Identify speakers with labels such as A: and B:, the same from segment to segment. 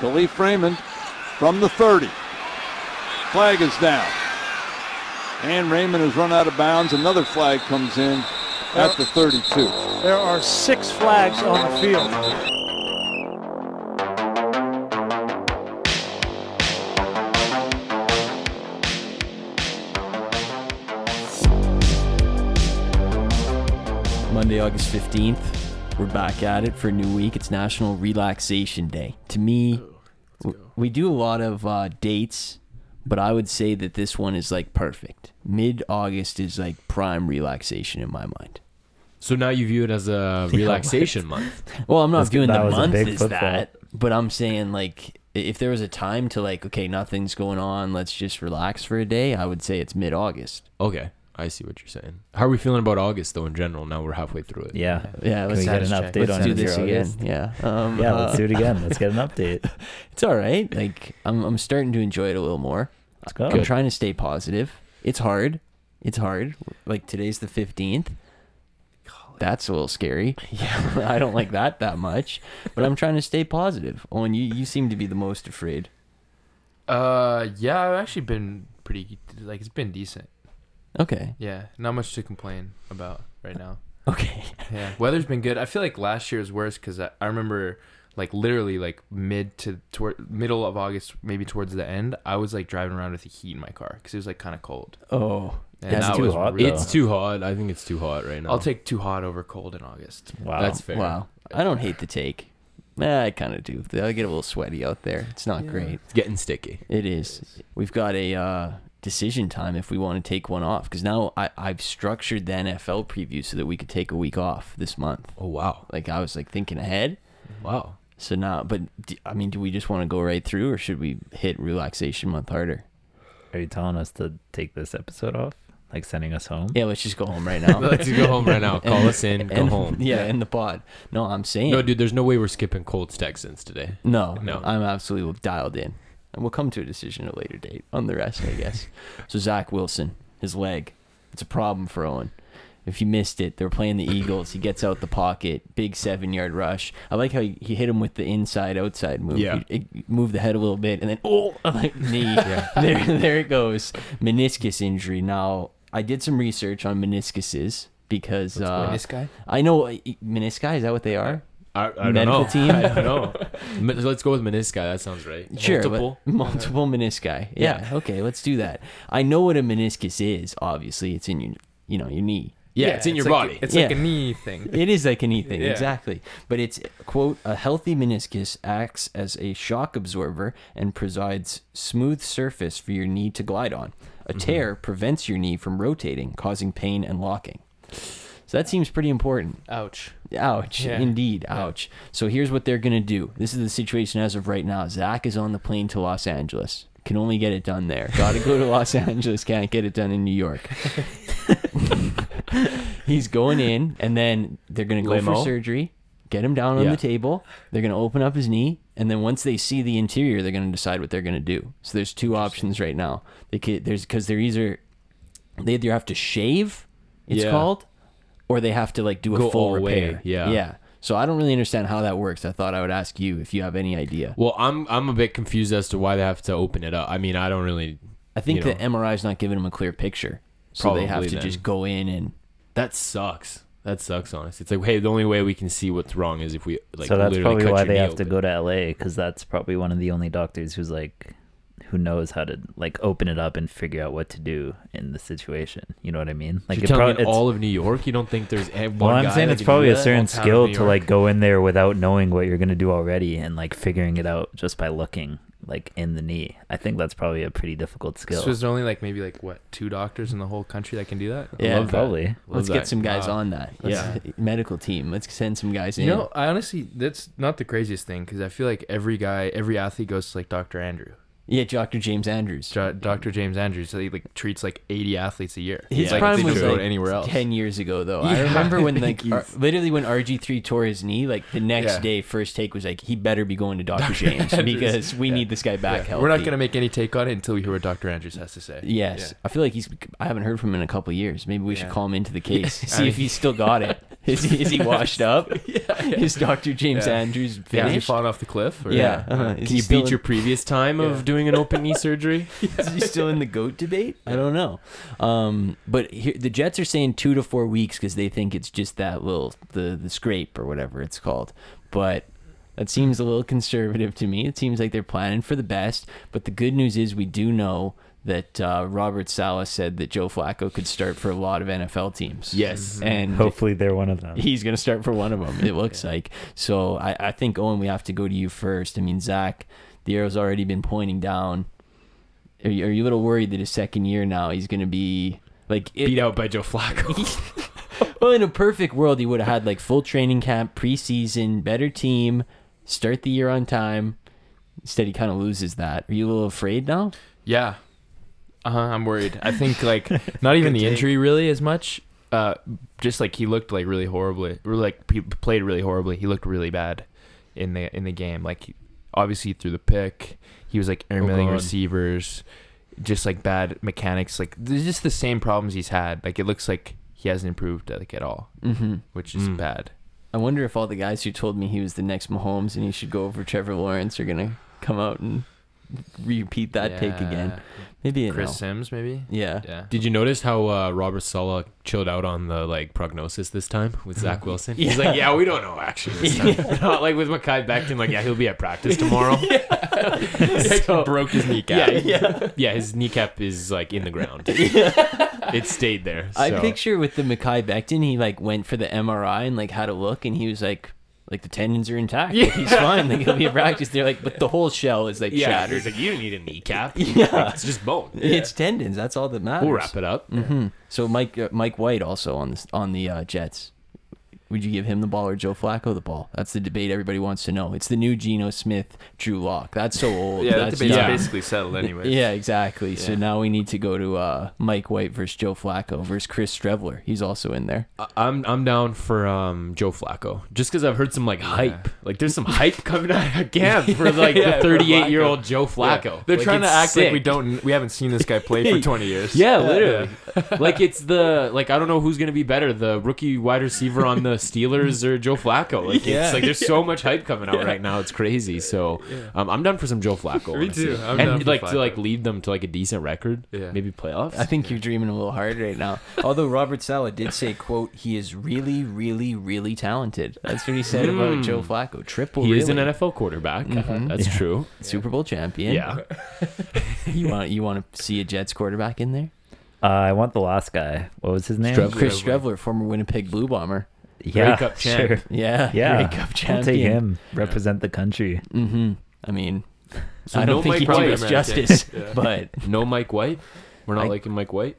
A: Khalif Raymond from the 30. Flag is down. And Raymond has run out of bounds. Another flag comes in at the 32.
B: There are six flags on the field.
C: Monday, August 15th. We're back at it for a new week. It's National Relaxation Day. To me, w- we do a lot of uh, dates, but I would say that this one is like perfect. Mid August is like prime relaxation in my mind.
D: So now you view it as a relaxation month.
C: Well, I'm not
E: That's-
C: viewing the
E: that was a
C: month
E: big
C: as
E: footfall.
C: that, but I'm saying like i- if there was a time to like, okay, nothing's going on, let's just relax for a day, I would say it's mid August.
D: Okay, I see what you're saying. How are we feeling about August though in general? Now we're halfway through it.
E: Yeah.
C: Yeah,
E: Can
C: let's
E: we
C: have
E: get an
C: a
E: update
C: check. let's
E: on
C: do
E: your
C: this again.
E: August?
C: Yeah, um,
E: Yeah,
C: uh,
E: let's do it again. Let's get an update.
C: It's all right. Like I'm, I'm starting to enjoy it a little more.
E: Let's go.
C: I'm trying to stay positive. It's hard. It's hard. Like today's the 15th. That's a little scary. Yeah, I don't like that that much, but I'm trying to stay positive. Owen, you, you seem to be the most afraid.
F: Uh, yeah, I've actually been pretty like it's been decent.
C: Okay.
F: Yeah, not much to complain about right now.
C: Okay.
F: Yeah, weather's been good. I feel like last year was worse because I, I remember like literally like mid to toward middle of August, maybe towards the end, I was like driving around with the heat in my car because it was like kind of cold.
C: Oh.
F: And
E: That's
F: that
E: too
F: was
E: hot,
F: really-
E: though.
D: It's too hot. I think it's too hot right now.
F: I'll take too hot over cold in August.
E: Wow.
D: That's fair.
C: Wow. I don't hate the take. Eh, I kind of do. I get a little sweaty out there. It's not great.
D: It's getting sticky.
C: It is. We've got a uh, decision time if we want to take one off because now I, I've structured the NFL preview so that we could take a week off this month.
D: Oh wow.
C: Like I was like thinking ahead.
D: Wow.
C: So now, but d I I mean, do we just want to go right through or should we hit relaxation month harder?
E: Are you telling us to take this episode off? Like sending us home?
C: Yeah, let's just go home right now.
D: Let's go home right now. Call us in. Go
C: And-
D: home.
C: Yeah, in the pod. No, I'm saying
D: No, dude. There's no way we're skipping Colts Texans today.
C: No,
D: No.
C: I'm absolutely dialed in, and we'll come to a decision at a later date on the rest, I guess. so Zach Wilson, his leg, it's a problem for Owen. If you missed it, they're playing the Eagles. He gets out the pocket, big seven yard rush. I like how he, he hit him with the inside outside move.
D: Yeah.
C: He, he moved the head a little bit, and then oh, like knee. There, there it goes. Meniscus injury. Now I did some research on meniscuses because uh,
F: this guy?
C: I know menisci. Is that what they are?
D: I, I don't
C: Medical
D: know.
C: team?
D: I don't know. Me- Let's go with menisci. That sounds right.
C: Sure, but-
D: Multiple.
C: multiple menisci. Yeah, okay, let's do that. I know what a meniscus is. Obviously, it's in your, you know, your knee.
D: Yeah, it's in your
F: like-
D: body.
F: it's like a
C: Yeah.
F: knee thing.
C: It is like anything,
F: Yeah.
C: exactly. But it's quote a healthy meniscus acts as a shock absorber and provides smooth surface for your knee to glide on. A tear prevents your knee from rotating, causing pain and locking. So that seems pretty important.
F: Ouch.
C: Ouch.
F: Yeah.
C: Indeed. Ouch. So here's what they're going to do. This is the situation as of right now. Zach is on the plane to Los Angeles. Can only get it done there. Got to go to Los Angeles. Can't get it done in New York. He's going in, and then they're going to go for
D: Limo?
C: surgery, get him down on
D: Yeah.
C: the table. They're going to open up his knee, and then once they see the interior, they're going to decide what they're going to do. So there's two options right now. They could, there's because they're either they either have to shave, it's
D: Yeah.
C: called, or they have to like do a
D: Go
C: full
D: all way,
C: repair.
D: yeah.
C: yeah. So I don't really understand how that works. I thought I would ask you if you have any idea.
D: Well, I'm I'm a bit confused as to why they have to open it up. I mean, I don't really.
C: I think
D: you
C: the
D: know,
C: MRI's not giving them a clear picture, so they have
D: Probably
C: to
D: then.
C: just go in and
D: that sucks. That sucks, honestly. It's like, hey, the only way we can see what's wrong is if we like.
E: so that's
D: literally
E: probably
D: cut
E: why
D: your
E: they
D: knee
E: have to
D: open.
E: go to LA because that's probably one of the only doctors who's like, who knows how to like open it up and figure out what to do in the situation. You know what I mean? Like
D: You're
E: prob-
D: telling me in
E: it's-
D: all of New York, you don't think there's a- one
E: well, I'm
D: guy
E: saying
D: that
E: it's
D: can do
E: probably a
D: that?
E: certain
F: town of
E: skill
F: New
E: to like go in there without knowing what you're gonna do already and like figuring it out just by looking like in the knee. I think that's probably a pretty difficult skill.
F: So there's only like maybe like what two doctors in the whole country that can do that.
C: yeah.
D: love that.
E: probably.
D: Love
C: Let's
D: that.
C: get some guys
F: Wow.
C: on that. Let's- medical team. Let's send some guys in.
F: You know, I honestly that's not the craziest thing because I feel like every guy, every athlete goes to like Dr. Andrew,
C: yeah, Dr. James Andrews.
F: Jo- Dr. James Andrews. So he like treats like 80 athletes a year.
C: His
F: It's like,
C: prime
F: they
C: was
F: don't go
C: like
F: to anywhere else.
C: ten years ago, though. I
F: Yeah.
C: remember when
F: I
C: like
F: think
C: R-
F: he's-
C: literally when RG three tore his knee. Like the next
F: Yeah.
C: day, first take was like, he better be going to Doctor James because we need this guy back.
F: We're not
C: healthy.
F: gonna make any take on it until we hear what Dr. Andrews has to say.
C: Yes, I feel like he's. I haven't heard from him in a couple years. Maybe we should
F: Yeah.
C: call him into the case, see if he's still got it. Is he, is he washed up? Is Dr. James
F: Yeah.
C: Andrews
F: Yeah, has he
C: finished?
F: fallen off the cliff? Or
C: Yeah. uh-huh. Is
D: Can
C: he
D: you
C: still
D: beat
C: in-
D: your previous time
F: Yeah.
D: of doing an open knee surgery?
C: is he still in the goat debate? I don't know. Um, but here, the Jets are saying two to four weeks because they think it's just that little the the scrape or whatever it's called. But that seems a little conservative to me. It seems like they're planning for the best. But the good news is we do know that uh, Robert Sala said that Joe Flacco could start for a lot of NFL teams.
E: Mm-hmm.
D: Yes.
C: and
E: Hopefully, they're one of them.
C: he's going to start for one of them. It looks like. So I, I think Owen, we have to go to you first. I mean, Zach, the arrow's already been pointing down. Are you, are you a little worried that his second year now he's going to be like it-
D: Beat out by Joe Flacco.
C: Well, in a perfect world, he would have had like full training camp, preseason, better team, start the year on time. Instead, he kind of loses that. Are you a little afraid now?
F: Yeah. Uh huh. I'm worried. I think like not even the injury really as much. Uh, just like he looked like really horribly, or like he played really horribly. He looked really bad in the in the game. Like he- obviously through the pick, he was like airmailing
D: Oh, God.
F: receivers, just like bad mechanics. Like there's just the same problems he's had. Like it looks like he hasn't improved like at all,
C: Mm-hmm.
F: which is
D: Mm.
F: bad.
C: I wonder if all the guys who told me he was the next Mahomes and he should go over Trevor Lawrence are gonna come out and repeat that take again. Maybe
F: Yeah.
C: it
F: Chris
C: Chris.
F: Sims maybe.
C: Yeah.
F: Yeah.
D: Did you notice how uh, Robert Sala chilled out on the like prognosis this time with Zach Wilson? He's like, yeah, we don't know actually. This time. Not like with Makai Becton, like yeah, he'll be at practice tomorrow. yeah.
C: So-
D: broke his
C: Yeah,
D: kneecap. yeah, His kneecap is like in the ground. it stayed there.
C: I
D: so.
C: picture with the Mackay Becton, he like went for the MRI and like had a look, and he was like, like the tendons are intact. Yeah. he's fine. Like he'll be at practice. They're like, but the whole shell is like
D: Yeah,
C: shattered.
D: he's like, you don't need a kneecap.
C: Yeah.
D: it's just bone.
C: It's tendons. That's all that matters.
D: We'll wrap it up.
C: hmm So Mike uh, Mike White also on this on the uh, Jets. Would you give him the ball or Joe Flacco the ball? That's the debate everybody wants to know. It's the new Geno Smith, Drew Lock. That's so old.
F: Yeah, that
C: That's
F: debate's
D: yeah.
F: basically settled anyway.
C: Yeah, exactly. So
F: Yeah.
C: now we need to go to uh, Mike White versus Joe Flacco versus Chris Strevler. He's also in there.
D: I- I'm I'm down for um, Joe Flacco just because I've heard some like hype. Like there's some hype coming out again for like
F: Yeah, for
D: the 38 year old Joe
F: Yeah.
D: Flacco.
F: They're
D: Like,
F: trying to
D: it's
F: act like
D: sick.
F: we don't we haven't seen this guy play for 20 years.
D: Yeah, literally. like it's the like I don't know who's gonna be better, the rookie wide receiver on the Steelers or Joe Flacco. Like it's like there's so much hype coming out right now. It's crazy. So um, I'm done for some Joe Flacco.
F: Me
D: honestly.
F: too. I'm
D: and
F: down for
D: like
F: Flacco.
D: to like lead them to like a decent record.
F: Yeah.
D: Maybe playoffs.
C: I think you're dreaming a little hard right now. Although Robert Sala did say, "quote He is really, really, really talented." That's what he said about Joe Flacco. Triple.
D: he
C: really.
D: is an NFL quarterback. Uh-huh. That's true.
C: Super Bowl champion.
D: Yeah.
C: You want you want to see a Jets quarterback in there?
E: Uh, I want the last guy. What was his name?
D: Strub-
C: Chris Strevler, former Winnipeg Blue Bomber.
E: Yeah,
D: Grey Cup champ.
E: sure.
C: Yeah.
E: Yeah,
C: Grey
E: I'll
C: Cup
E: take
C: champion.
E: him. Represent the country.
C: hmm I mean,
D: So
C: I don't
D: no
C: think
D: Mike
C: he
D: White,
C: did us
D: man.
C: justice, but
D: No Mike White. We're not
C: I-
D: liking Mike White.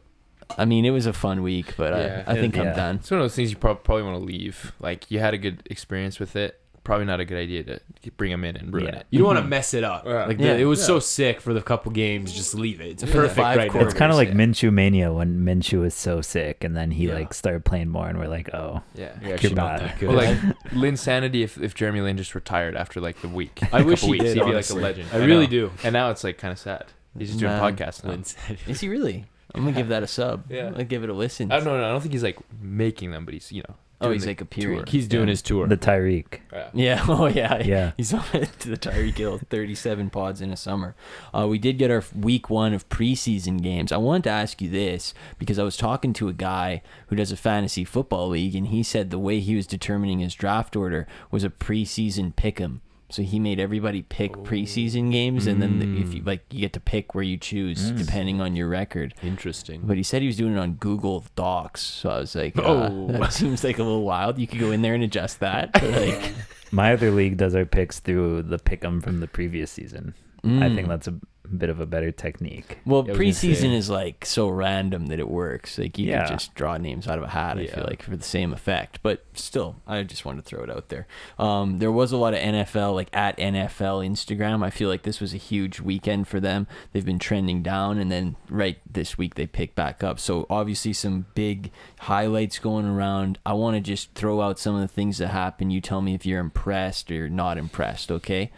C: I mean, it was a fun week. But
F: Yeah.
C: I, I think
E: Yeah.
C: I'm done.
F: It's one of those things you prob- probably want to leave. Like you had a good experience with it. Probably not a good idea to bring him in and ruin
E: Yeah.
F: it.
D: You don't want to mess it up.
F: Mm-hmm. Yeah.
D: Like the,
C: Yeah.
D: it was so sick for the couple games. Just leave it. It's perfect
C: Five
D: right now.
C: quarters.
E: It's kind of like
F: yeah.
E: Minshew mania when Minshew was so sick, and then he
D: Yeah.
E: like started playing more, and we're like, oh,
F: Yeah.
D: You're actually not
E: bad.
D: that good.
F: Or like Lynn Sanity if, if Jeremy Lin just retired after like the week.
D: I wish
F: couple
D: he
F: weeks,
D: did.
F: He'd be like a
D: honestly.
F: legend.
D: I really
F: know.
D: do.
F: And now it's like kind of sad. He's just doing
C: Man.
F: podcasts now.
C: Is he really? I'm gonna give that a sub.
F: Yeah.
C: I'll give it a listen.
F: I don't know. I don't think he's like making them, but he's you know.
C: Oh,
F: doing
C: he's
F: the
C: like a period.
D: He's doing his tour.
E: the Tyreek.
F: tour. Yeah.
C: Yeah. Oh, yeah.
E: Yeah.
C: He's on it to the Tyreek Hill 37 pods in a summer. Uh, we did get our week one of preseason games. I wanted to ask you this because I was talking to a guy who does a fantasy football league, and he said the way he was determining his draft order was a preseason pick 'em. So he made everybody pick preseason games, and then the, if you like, you get to pick where you choose depending on your record.
D: Interesting.
C: But he said he was doing it on Google Docs, so I was like, uh,
D: Oh.
C: that seems like a little wild. You could go in there and adjust that. but, like,
E: My other league does our picks through the pick'em from the previous season. I
D: Hmm.
C: mm.
E: think that's a bit of a better technique.
C: Well,
D: Yeah, I was gonna say.
C: preseason is like so random that it works. Like you
E: Yeah.
C: can just draw names out of a hat. I
D: Yeah.
C: feel like for the same effect, but still, I just wanted to throw it out there. Um, there was a lot of NFL, like at NFL Instagram. I feel like this was a huge weekend for them. They've been trending down, and then right this week they pick back up. So obviously some big highlights going around. I want to just throw out some of the things that happened. You tell me if you're impressed or not impressed. Okay,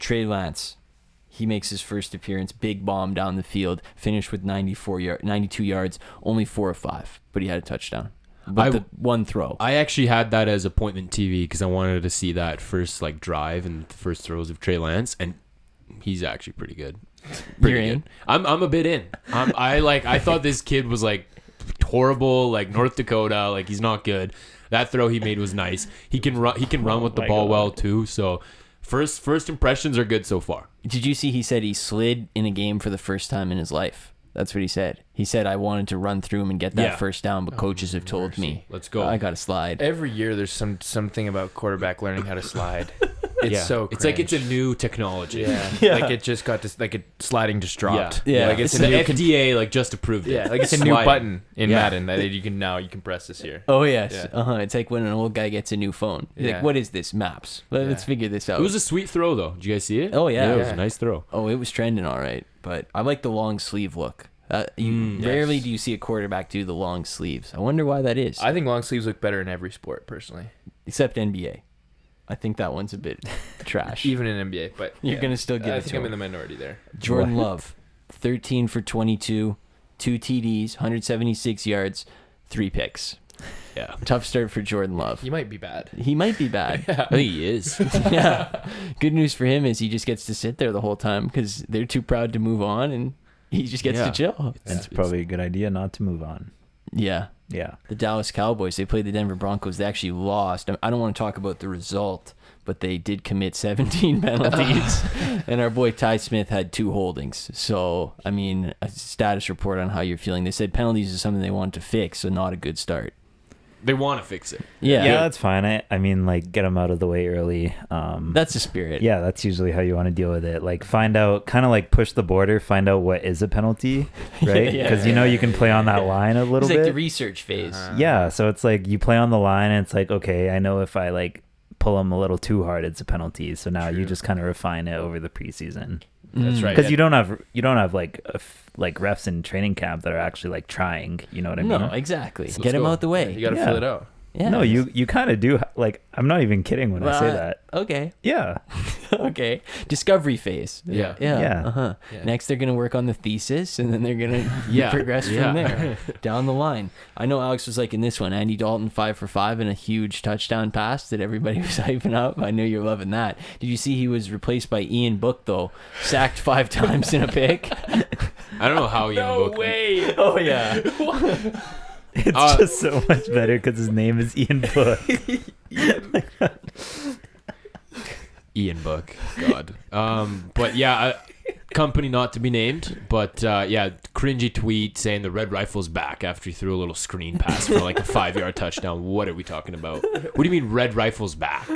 C: Trey Lance. He makes his first appearance, big bomb down the field, finished with 94 yard, 92 yards, only four or five, but he had a touchdown. But
D: I-
C: the one throw.
D: I actually had that as appointment TV because I wanted to see that first like drive and the first throws of Trey Lance, and he's actually pretty good. Pretty
C: You're in?
D: good. I'm I'm a bit in. I'm, I like I thought this kid was like horrible, like North Dakota, like he's not good. That throw he made was nice. He can run. He can run with the
E: my
D: ball
E: God.
D: well too. So first first impressions are good so far.
C: Did you see he said he slid in a game for the first time in his life? That's what he said. He said I wanted to run through him and get that
D: Yeah.
C: first down,
F: Oh,
C: but coaches have told me
D: Let's go.
C: I got to slide.
F: Every year, there's some something about quarterback learning how to slide. It's
D: Yeah.
F: so
D: it's like it's a
F: cringe.
D: new technology.
F: yeah. like it just got dis- like it sliding just
D: Yeah.
F: dropped.
C: Yeah.
F: like
D: It's,
F: it's,
D: the
F: a new con-
D: FDA like just approved it.
F: yeah, like it's a new
D: Slide.
F: button in
D: Yeah.
F: Madden that you can now you can press this here.
C: Oh yes,
F: Yeah.
C: uh huh. It's like when an old guy gets a new phone. He's
F: Yeah.
C: Like what is this? Maps. Let, us
F: Yeah.
C: figure this
D: It
C: out.
D: was a sweet throw though. Did you guys see it?
C: Oh, yeah.
D: it was
F: Yeah.
D: a nice throw.
C: oh, it was trending all right, but I like the long sleeve look. Uh, you
D: Mm,
C: rarely
F: yes.
C: do you see a quarterback do the long sleeves. I wonder why that is.
F: I think long sleeves look better in every sport, personally,
C: Except NBA. I think that one's a bit trash.
F: even in NBA. But
C: You're
F: yeah.
C: gonna still give
F: I
C: it
F: think
C: to
F: I'm
C: him.
F: in the minority there.
C: Jordan Love, 13 for 22, two TDs, 176 yards, three picks.
D: Yeah.
C: Tough start for Jordan Love.
F: You might be bad.
C: He might be bad.
D: I think he is.
C: yeah. Good news for him is he just gets to sit there the whole time because they're too proud to move on and he just gets
D: Yeah.
C: to chill.
E: That's probably a good idea not to move on.
C: Yeah.
E: Yeah.
C: The Dallas Cowboys, they played the Denver Broncos. They actually lost. I- I don't want to talk about the result, but they did commit 17 penalties. and our boy Ty Smith had two holdings. So, I mean, a status report on how you're feeling. They said penalties is something they want to fix, so not a good start.
D: They want to fix it.
C: Yeah.
E: Yeah, that's fine. I, I mean, like, get them out of the way early. Um,
C: That's the spirit.
E: yeah, that's usually how you want to deal with it. Like, find out, kind of like push the border, find out what is a penalty, right? Because
C: yeah,
E: you know you can play on that line a
C: It's
E: little
C: like
E: bit. Uh-huh.
C: the research phase.
E: yeah, so it's like you play on the line, and it's like, okay, I know if I like pull them a little too hard, it's a penalty. So now you just kind of refine it over the preseason
F: That's
C: Mm.
F: right.
E: because you don't have you don't have like a f- like refs in training camp that are actually like trying. You know what I mean?
C: No, exactly.
F: Let's
C: Get him
F: go.
C: out the way.
F: You gotta
E: Yeah.
F: fill it out.
C: yeah.
E: No, you you kind of do. ha- Like, I'm not even kidding when I say
C: Well,
E: that.
C: Okay.
E: Yeah.
C: okay. Discovery phase.
D: Yeah.
C: Yeah.
E: Yeah.
C: Uh-huh.
D: Yeah.
C: Next, they're going to work on the thesis, and then they're going to
D: Yeah.
C: progress
D: Yeah.
C: from there down the line. I know Alex was like in this one, Andy Dalton five for five and a huge touchdown pass that everybody was hyping up. I know you're loving that. Did you see he was replaced by Ian Book though, sacked five times in a pick?
D: I don't know how you book
F: way.
C: Oh yeah,
E: It's
D: Uh,
E: just so much better because his name is Ian Book.
D: Ian Book. God. Um, but yeah, uh, company not to be named. But uh, yeah, cringy tweet saying the Red Rifle's back after he threw a little screen pass for like a five yard touchdown. What are we talking about? What do you mean Red Rifle's back,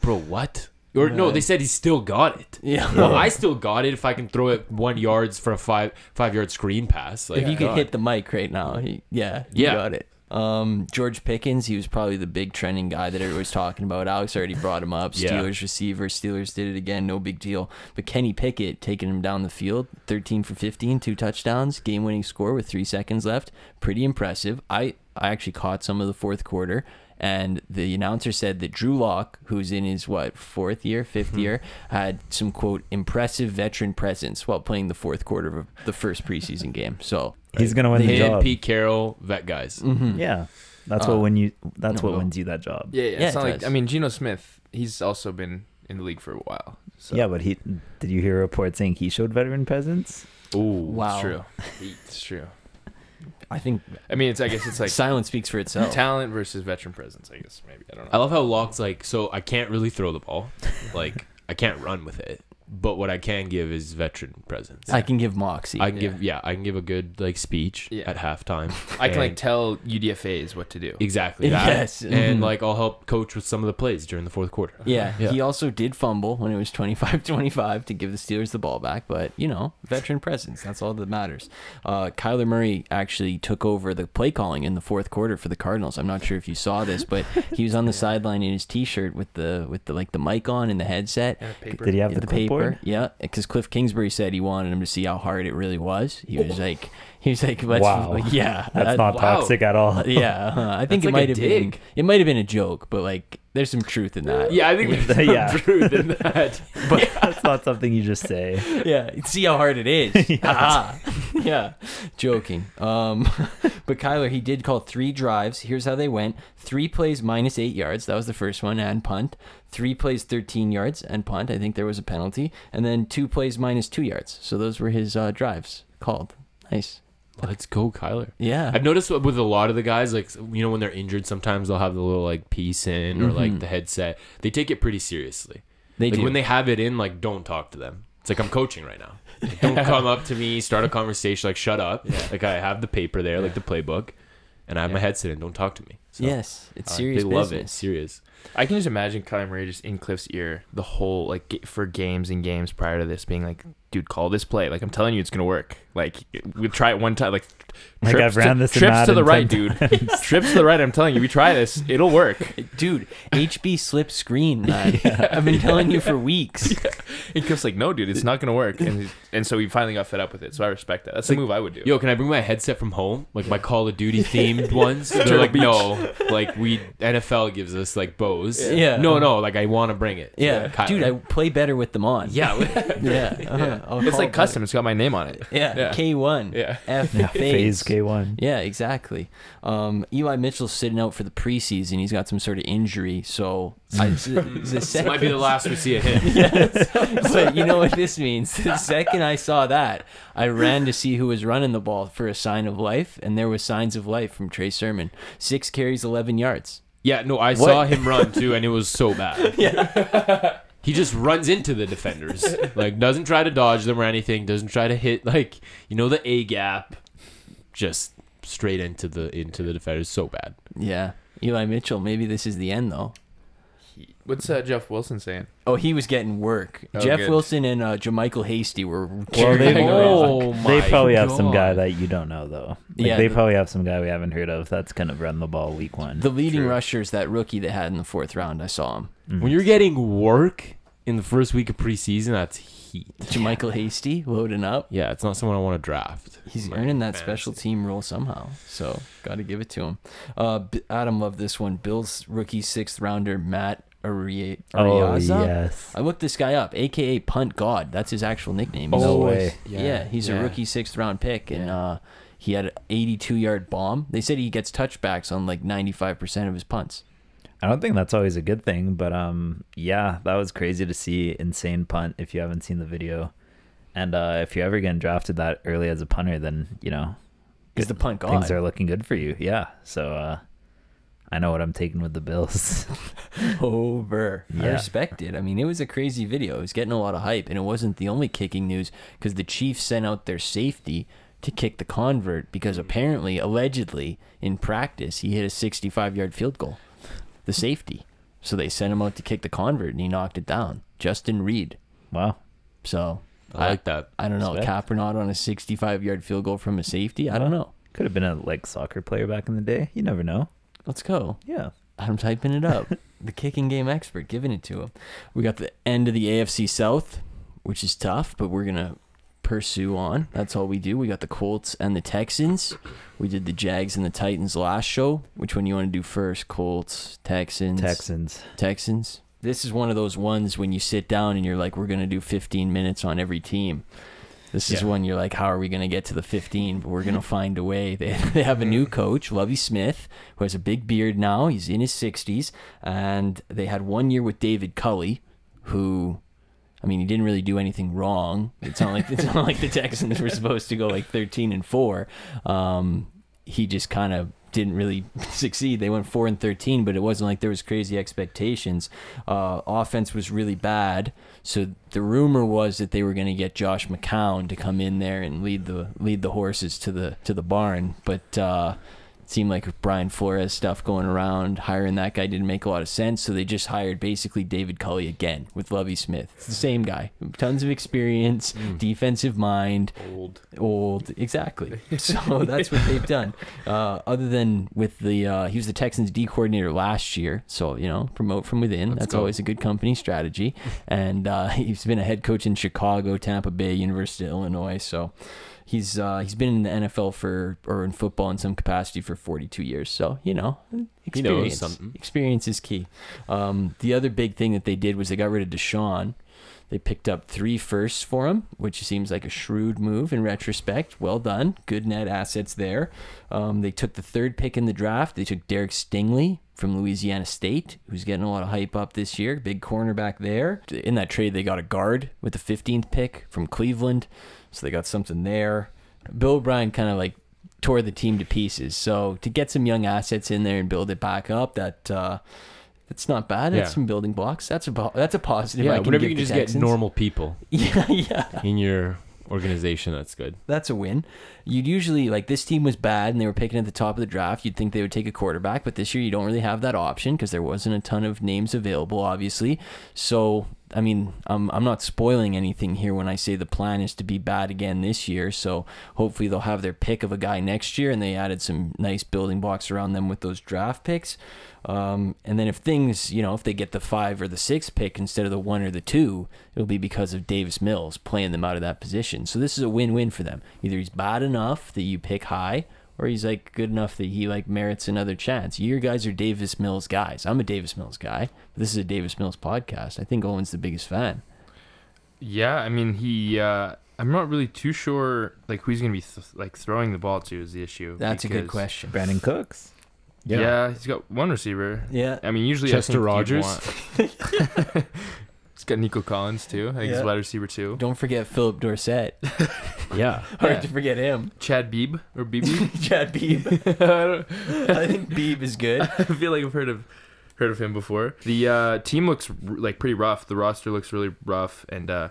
D: bro? What? Or no, they said he still got it.
C: yeah.
D: Well, I still got it if I can throw it one yards for a five five yard screen pass. Like
C: if you could
D: God.
C: hit the mic right now, he, yeah, you
D: Yeah.
C: got it. Um, George Pickens, he was probably the big trending guy that everyone was talking about. Alex already brought him up.
D: Yeah.
C: Steelers receiver, Steelers did it again, no big deal. But Kenny Pickett taking him down the field, 13 for 15, two touchdowns, game winning score with three seconds left. Pretty impressive. I, I actually caught some of the fourth quarter. And the announcer said that Drew Locke, who's in his what fourth year, 5th
E: Hmm.
C: year, had some quote impressive veteran presence while playing the fourth quarter of the first preseason game. So
E: He's gonna win the
D: Him,
E: job.
D: Pete Carroll, vet guys.
C: Mm.
E: Yeah, that's
C: Uh,
E: what when you that's
C: no,
E: what
C: no.
E: wins you that job.
F: Yeah, yeah.
C: Yeah,
F: it's not
C: it
F: like
C: does.
F: I mean Geno Smith. He's also been in the league for a while. So.
E: Yeah, but he did you hear a report saying he showed veteran presence?
F: Ooh,
C: Wow.
F: It's true. It's true.
C: I think
F: I mean, it's I guess it's like
C: silence speaks for itself.
F: talent versus veteran presence. I guess maybe I don't
D: I
F: know.
D: love how Locke's like, so I can't really throw the ball. Like, I can't run with it. But what I can give is veteran presence.
C: I can give Moxie.
D: I can give, yeah, I can give a good, like, speech
F: Yeah.
D: at halftime.
F: I can like
D: And-
F: tell UDFAs what to do.
D: exactly that.
C: Yes.
D: And,
C: Mhm.
D: like, I'll help coach with some of the plays during the fourth quarter.
C: yeah,
D: Yeah.
C: he also did fumble when it was 25-25 to give the Steelers the ball back, but you know, veteran presence, that's all that matters. Uh, Kyler Murray actually took over the play calling in the fourth quarter for the Cardinals. I'm not sure if you saw this, but he was on the sideline in his t-shirt with the with the like the mic on and the headset.
F: And a paper.
E: Did he have the, clipboard?
C: Yeah, because Cliff Kingsbury said he wanted him to see how hard it really was. He was like, he was like, let's,
E: Oh. Wow.
C: yeah,
E: That's
C: that-
E: not
D: wow.
E: toxic at all.
C: yeah, uh-huh. I think it
D: That's like a
C: might have been
D: dig.
C: it might have been a joke, but like there's some truth in that.
D: Yeah, I think there's some
E: Yeah.
D: truth in that.
E: that's not something you just say.
C: yeah. See how hard it is. Ha-ha. yeah, joking. Um, but Kyler, he did call three drives. Here's how they went: three plays minus eight yards. That was the first one and punt. Three plays, thirteen yards and punt. I think there was a penalty, and then two plays minus two yards. So those were his uh, drives called. Nice.
D: Let's go, Kyler.
C: Yeah.
D: I've noticed with a lot of the guys, like you know, when they're injured, sometimes they'll have the little like piece in or like the headset. They take it pretty seriously.
C: They
D: like,
C: do.
D: when they have it in, like don't talk to them. It's like I'm coaching right now. Like, don't come up to me, start a conversation. Like shut up. Like I have the paper there, like the playbook, and I have my headset in. Don't talk to me. So,
C: yes, it's
D: uh,
C: serious
D: They love it.
C: business.
D: It's serious.
F: I can just imagine Kyler Murray just in Cliff's ear the whole like ga- for games and games prior to this being like, dude, call this play. Like I'm telling you, it's gonna work. Like we try it one time. Like
E: Like, I've ran
F: to,
E: this in
F: trips to the right,
E: Madden
F: dude. trips to the right. I'm telling you, we try this, it'll work.
C: Dude, HB slip screen, man. I've been telling you for weeks.
F: And Cliff's like, no, dude, it's not gonna work. And and so we finally got fed up with it. So I respect that. That's the move I would do.
D: Yo, can I bring my headset from home? Like my Call of Duty themed ones? They're like, no. Like we NFL gives us like Bose.
C: Yeah.
D: No, no. Like I want to bring it.
C: Yeah,
D: Kyler.
C: dude, I play better with them on.
D: yeah.
C: yeah. uh-huh. I'll call it
F: it's like
C: better.
F: custom. It's got my name on it.
C: Yeah,
F: Yeah.
C: K1.
F: Yeah.
C: F
E: Phase
C: phase.
E: K1.
C: Yeah, exactly. Um, Eli Mitchell's sitting out for the preseason. He's got some sort of injury, so I, the, the
D: This might be
C: second,
D: the last we see of him.
C: but you know what this means. The second I saw that, I ran to see who was running the ball for a sign of life, and there was signs of life from Trey Sermon. Six carries, eleven yards.
D: Yeah, no, I saw him run too, and it was so bad. Yeah. he just runs into the defenders. Like, doesn't try to dodge them or anything, doesn't try to hit, like, you know, the A gap. Just straight into the into the defenders. So bad.
C: Yeah, Eli Mitchell. Maybe this is the end, though.
F: What's uh, Jeff Wilson saying?
C: Oh, he was getting work.
F: Oh,
C: Jeff
F: good.
C: Wilson and uh, Jermichael Hasty were.
E: Well, they,
C: carrying around.
D: Oh
E: they
D: my
E: probably have some guy
D: God.
E: that you don't know though. Like,
C: Yeah,
E: they
C: the-
E: probably have some guy we haven't heard of that's gonna run the ball week one.
C: The leading rusher is that rookie they had in the fourth round. I saw him.
D: When you're getting work in the first week of preseason, that's heat.
C: Jermichael Hasty loading up.
D: Yeah, it's not someone I want to draft.
C: He's earning that special team role somehow. So got to give it to him. Uh, B- Adam loved this one. Bill's rookie sixth rounder Matt Aria-
E: oh
C: Ariaza.
E: yes.
C: I looked this guy up, aka Punt God. That's his actual nickname. He's
E: No
C: a-
E: way.
C: Yeah, he's
D: yeah.
C: a rookie sixth round pick, and uh, he had an 82 yard bomb. They said he gets touchbacks on like 95% of his punts.
E: I don't think that's always a good thing, but um yeah, that was crazy to see insane punt if you haven't seen the video. And uh if you're ever getting drafted that early as a punter, then you know
C: He's the punt god.
E: things are looking good for you. Yeah. So uh I know what I'm taking with the Bills.
C: over. I
E: Yeah.
C: respect it. I mean, it was a crazy video. It was getting a lot of hype, and it wasn't the only kicking news because the Chiefs sent out their safety to kick the convert because apparently, allegedly, in practice, he hit a 65 yard field goal. The safety. So they sent him out to kick the convert, and he knocked it down. Justin Reed.
E: wow.
C: So
D: I like that.
C: I don't know.
E: Respect.
C: Cap or not on a 65 yard field goal from a safety? I don't know.
E: Could have been a like soccer player back in the day. You never know.
C: Let's go.
E: Yeah.
C: I'm typing it up. the kicking game expert giving it to him. We got the end of the AFC South, which is tough, but we're gonna pursue on. That's all we do. We got the Colts and the Texans. We did the Jags and the Titans last show. Which one you want to do first? Colts, Texans,
E: Texans.
C: Texans. This is one of those ones when you sit down and you're like, we're gonna do 15 minutes on every team. This is
F: Yeah.
C: one you're like, how are we going to get to the 15? But we're going to find a way. They, they have a new coach, Lovey Smith, who has a big beard now. He's in his 60s. And they had one year with David Culley, who, I mean, he didn't really do anything wrong. It's not like, it's not like the Texans were supposed to go like 13 and 4. Um, he just kind of didn't really succeed. They went 4 and 13, but it wasn't like there was crazy expectations. Uh, offense was really bad. So the rumor was that they were going to get Josh McCown to come in there and lead the lead the horses to the to the barn, but uh, it seemed like Brian Flores stuff going around hiring that guy didn't make a lot of sense. So they just hired basically David Culley again with Lovey Smith, it's the same guy, tons of experience, defensive mind,
F: Old.
C: old exactly so that's what they've done uh, other than with the uh, he was the texans d coordinator last year so you know promote from within that's
D: go.
C: always a good company strategy and uh, he's been a head coach in chicago tampa bay university of illinois so He's uh, he's been in the NFL for or in football in some capacity for 42 years. So you know, experience
D: something.
C: experience is key. Um, the other big thing that they did was they got rid of Deshaun. They picked up three firsts for him, which seems like a shrewd move in retrospect. Well done, good net assets there. Um, they took the third pick in the draft. They took Derek Stingley from Louisiana State, who's getting a lot of hype up this year. Big cornerback there. In that trade, they got a guard with the 15th pick from Cleveland, so they got something there. Bill O'Brien kind of like tore the team to pieces. So to get some young assets in there and build it back up, that uh, that's not bad. That's
D: Yeah.
C: some building blocks. That's a po- that's a positive. I
D: yeah,
C: can
D: whenever
C: give
D: you can
C: the
D: just get
C: Texans.
D: normal people
C: Yeah, yeah.
D: in your organization, that's good.
C: That's a win. You'd usually like this team was bad and they were picking at the top of the draft. You'd think they would take a quarterback, but this year you don't really have that option because there wasn't a ton of names available, obviously. So, I mean, I'm I'm not spoiling anything here when I say the plan is to be bad again this year. So hopefully they'll have their pick of a guy next year, and they added some nice building blocks around them with those draft picks. Um, and then if things, you know, if they get the five or the six pick instead of the one or the two, it'll be because of Davis Mills playing them out of that position. So this is a win-win for them. Either he's bad enough that you pick high, or he's like good enough that he like merits another chance. Your guys are Davis Mills guys. I'm a Davis Mills guy, but this is a Davis Mills podcast. I think Owen's the biggest fan.
F: Yeah, I mean he. Uh, I'm not really too sure like who he's gonna be th- like throwing the ball to is the issue.
C: That's a good
F: because-
C: question.
E: Brandon Cooks.
F: Yeah. he's got one receiver.
C: Yeah.
F: I mean, usually I
D: Chester
F: think you'd
D: Rogers.
F: want- he's got Nico Collins too. I think he's
C: Yeah.
F: wide receiver too.
C: Don't forget Philip Dorset.
D: Yeah.
C: Hard
F: Yeah.
C: to forget him.
F: Chad Beeb or Beebe.
C: Chad Beebe.
F: I, don't,
C: I think Beebe is good.
F: I feel like I've heard of heard of him before. The uh, team looks r- like pretty rough. The roster looks really rough, and uh,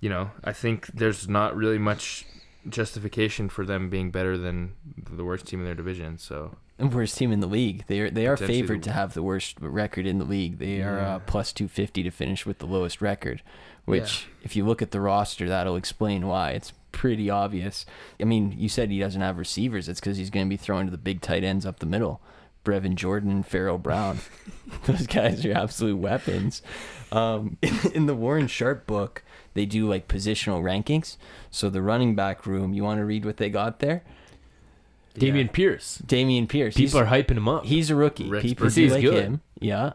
F: you know, I think there's not really much justification for them being better than the worst team in their division. So
C: worst team in the league. They are they are
F: Potentially
C: favored
F: the-
C: to have the worst record in the league. They are
F: Yeah.
C: uh, plus two fifty to finish with the lowest record, which if you look at the roster, that'll explain why. It's pretty obvious. I mean, you said he doesn't have receivers. It's because he's going to be throwing to the big tight ends up the middle. Brevin Jordan and Farrell Brown. Those guys are absolute weapons. Um, in, in the Warren Sharp book, they do like positional rankings. So the running back room, you want to read what they got there?
D: Damian Pierce.
C: Damian Pierce. he's-
D: People are hyping him up.
C: He's a rookie.
F: Rex
C: People
F: Burkhead.
C: do
D: He's
C: like
D: good.
C: him. Yeah.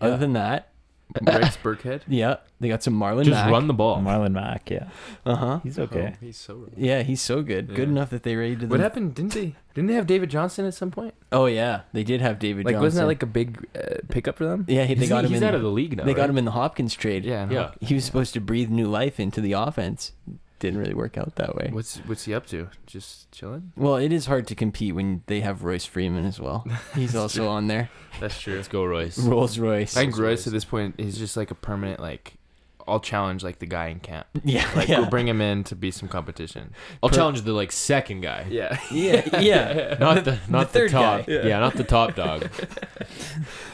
C: Other
F: Yeah.
C: than that,
F: Rex Burkhead.
C: yeah, they got some Marlon.
D: just run the ball.
E: Marlon Mack, yeah.
C: Uh huh.
E: He's okay.
F: Oh, he's so. rough.
C: Yeah, he's so good.
F: Yeah.
C: Good enough that they rated
F: What
C: them.
F: happened? Didn't they? Didn't they have David Johnson at some point?
C: Oh yeah, they did have David.
F: Like,
C: Johnson.
F: wasn't that like a big uh, pickup for them?
C: Yeah, he, they
D: He's-
C: got him.
D: he's
C: in,
D: out of the league now.
C: They got
D: right?
C: him in the Hopkins trade.
F: Yeah. and
D: Yeah.
C: He was supposed to breathe new life into the offense. Didn't really work out that way.
F: What's what's he up to? Just chilling.
C: Well, it is hard to compete when they have Royce Freeman as well. He's also on there.
F: That's true.
D: Let's go, Royce.
C: Rolls Royce.
F: I think Royce at this point is just like a permanent like. I'll challenge like the guy in camp.
C: yeah,
F: Like
C: yeah.
F: we'll bring him in to be some competition.
D: I'll
C: Per-
D: challenge the like second guy.
F: Yeah.
C: yeah, yeah.
D: Not the not the,
C: third
D: top.
C: guy.
D: Yeah. not the top dog.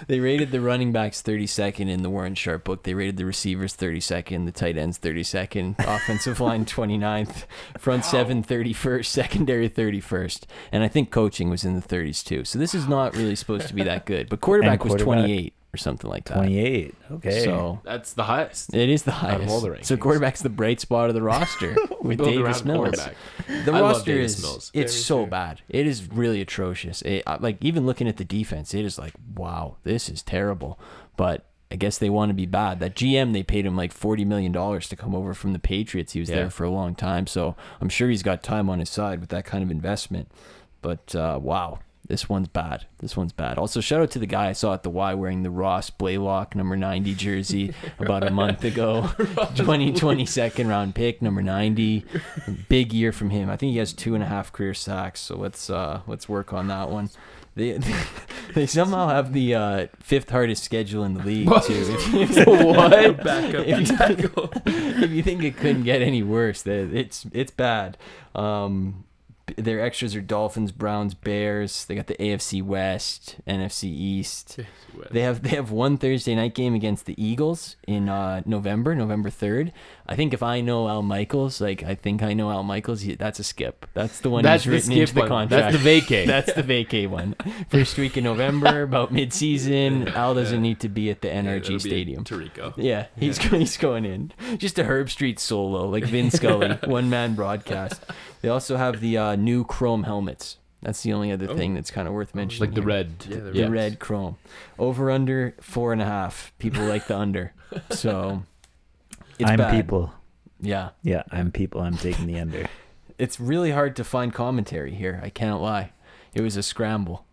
C: They rated the running backs 32nd in the Warren Sharp book. They rated the receivers 32nd, the tight ends 32nd, offensive line 29th, front seven 31st, secondary 31st. And I think coaching was in the 30s too. So this is not really supposed to be that good. But quarterback,
E: quarterback.
C: was 28 or something like that.
E: 28. Okay.
C: Oh. So
D: That's the highest.
C: it is the
D: Out of
C: highest.
D: all the
C: so
D: rankings.
C: quarterback's the bright spot of the roster with
D: Build
C: Davis
D: around
C: Mills
D: quarterback.
C: the
D: I love
C: roster
D: Davis
C: is
D: Mills.
C: it's so bad. It is really atrocious. It, I- like even looking at the defense, it is like wow, this is terrible. But I guess they want to be bad. That GM they paid him like forty million dollars to come over from the Patriots. He was
D: Yeah.
C: there for a long time, so I'm sure he's got time on his side with that kind of investment. But uh, wow. This one's bad. This one's bad. Also, shout out to the guy I saw at the Y wearing the Ross Blaylock number 90 jersey about a month ago. 2020 second round pick, number 90 big year from him. I think he has two and a half career sacks. So let's uh, let's work on that one. They they somehow have the uh, fifth hardest schedule in the league too. If you, what? if, you, if you think it couldn't get any worse, that it's it's bad. Um, Their extras are Dolphins, Browns, Bears. They got the AFC West, NFC East. They have they have one Thursday night game against the Eagles in uh, November, November third. I think if I know Al Michaels, like I think I know Al Michaels, he- that's a skip. That's the one
D: That's
C: he's
D: the
C: written
D: skip
C: into the
D: one.
C: contract.
D: That's the vacay.
C: that's the vacay one. First week in November, about mid season. Al doesn't need to be at the NRG Stadium.
G: Tarico.
C: Yeah, he's he's going in. Just a Herb Street solo, like Vin Scully, one man broadcast. They also have the uh, new chrome helmets. That's the only other thing that's kind of worth mentioning.
D: Oh. like the
C: here.
D: red.
G: the
C: the red chrome. Over under four and a half. People like the under, so it's
E: I'm
C: bad.
E: people.
C: Yeah,
E: Yeah, I'm people. I'm taking the under.
C: it's really hard to find commentary here. I can't lie. It was a scramble.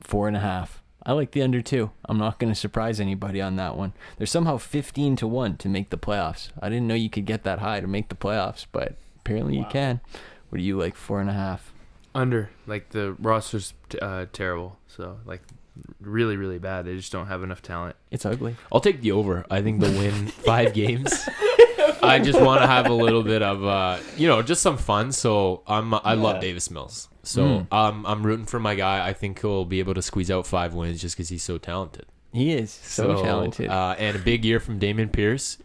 C: Four and a half. I like the under two. I'm not going to surprise anybody on that one. They're somehow 15 to 1 to make the playoffs. I didn't know you could get that high to make the playoffs, but apparently you can. What do you like? Four and a half.
F: under like the roster's uh, terrible so like really really bad they just don't have enough talent
C: It's ugly.
D: I'll take the over. I think they'll win five games. I just want to have a little bit of, uh, you know, just some fun. So I'm, I love Davis Mills. So
C: Mm.
D: um, I'm rooting for my guy. I think he'll be able to squeeze out five wins just because he's so talented.
C: He is so, talented.
D: Uh, and a big year from Damon Pierce.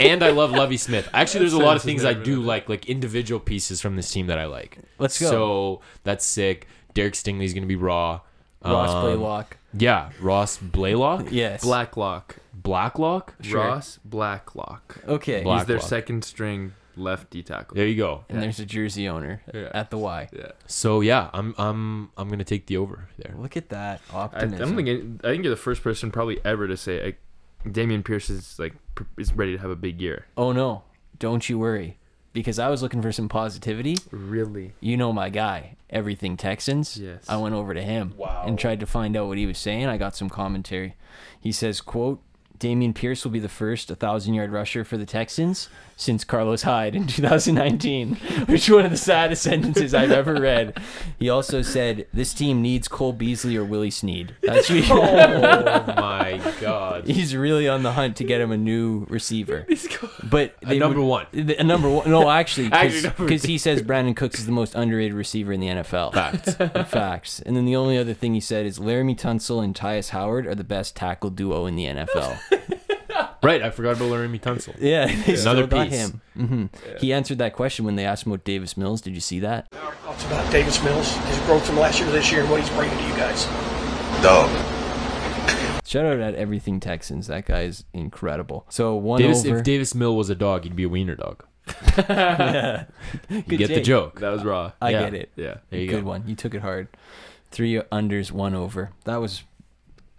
D: and I love Lovey Smith. Actually, there's a lot of things I do like, like individual pieces from this team that I like.
C: Let's go.
D: So that's sick. Derek Stingley's going to be raw.
C: Ross
D: Um,
C: Blaylock.
D: Yeah, Ross Blaylock.
C: Yes.
F: blacklock
D: Blacklock.
F: ross blacklock
C: Okay.
D: Black-
F: he's their
D: Blacklock.
F: second string lefty tackle
D: There you go.
C: And there's a jersey owner
F: Yeah.
C: at the Y.
F: yeah
D: So yeah, I'm I'm I'm gonna take the over there.
C: Look at that
F: I, I'm
C: optimism.
F: thinking, I think you're the first person probably ever to say like, Damian Pierce is like pr- is ready to have a big year.
C: oh no, don't you worry. Because I was looking for some positivity.
F: Really?
C: you know my guy, everything Texans.
F: Yes.
C: I went over to him and tried to find out what he was saying. I got some commentary. He says, "quote Damian Pierce will be the first 1,000-yard rusher for the Texans since Carlos Hyde in 2019," which one of the saddest sentences I've ever read. He also said, "This team needs Cole Beasley or Willie Snead." That's what he-
D: Oh my god.
C: he's really on the hunt to get him a new receiver. But they
D: Uh, number
C: would-
D: one.
C: the- a number one. No, actually,
D: Actually, number
C: because he says Brandon Cooks is the most underrated receiver in the NFL. Facts, facts. And then the only other thing he said is Laramie Tunsil and Tyus Howard are the best tackle duo in the NFL.
D: Right, I forgot about Laramie Tunsil.
C: yeah, they still
D: Another
C: got
D: piece.
C: him. hmm He answered that question when they asked him about Davis Mills. Did you see that?
H: Thoughts about Davis Mills, his growth from last year to this year, and what he's bringing to you guys. Dog.
C: Shout out at everything Texans. That guy is incredible. So one
D: Davis,
C: over.
D: if Davis Mill was a dog, he'd be a wiener dog.
C: Good
D: You get the
C: take.
D: joke.
F: That was raw.
C: I
D: Yeah.
C: get it.
F: yeah.
D: There you
C: Good
D: go.
C: one. You took it hard. Three unders, one over. That was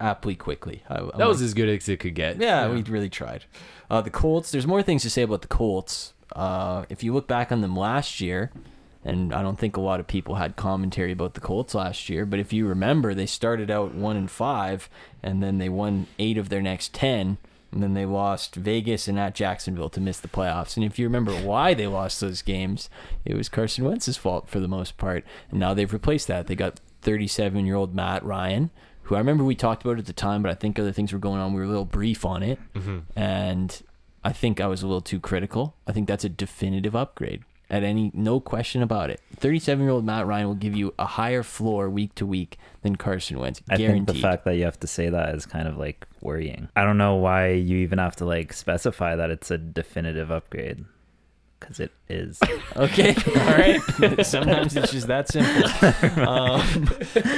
C: aptly quickly. I,
D: That was as good as it could get.
C: yeah, we really tried. Uh, the Colts. There's more things to say about the Colts. Uh, if you look back on them last year, and I don't think a lot of people had commentary about the Colts last year, but if you remember, they started out one and five, and then they won eight of their next ten. And then they lost Vegas and at Jacksonville to miss the playoffs. And if you remember why they lost those games, it was Carson Wentz's fault for the most part. And now they've replaced that. They got 37 year old Matt Ryan, who I remember we talked about at the time, but I think other things were going on. We were a little brief on it, and I think I was a little too critical. I think that's a definitive upgrade at any no question about it. Thirty-seven year old Matt Ryan will give you a higher floor week to week than Carson Wentz,
E: I
C: guaranteed.
E: think the fact that you have to say that is kind of like worrying. I don't know why you even have to like specify that it's a definitive upgrade because it is.
C: Okay, all right. Sometimes it's just that simple. Um,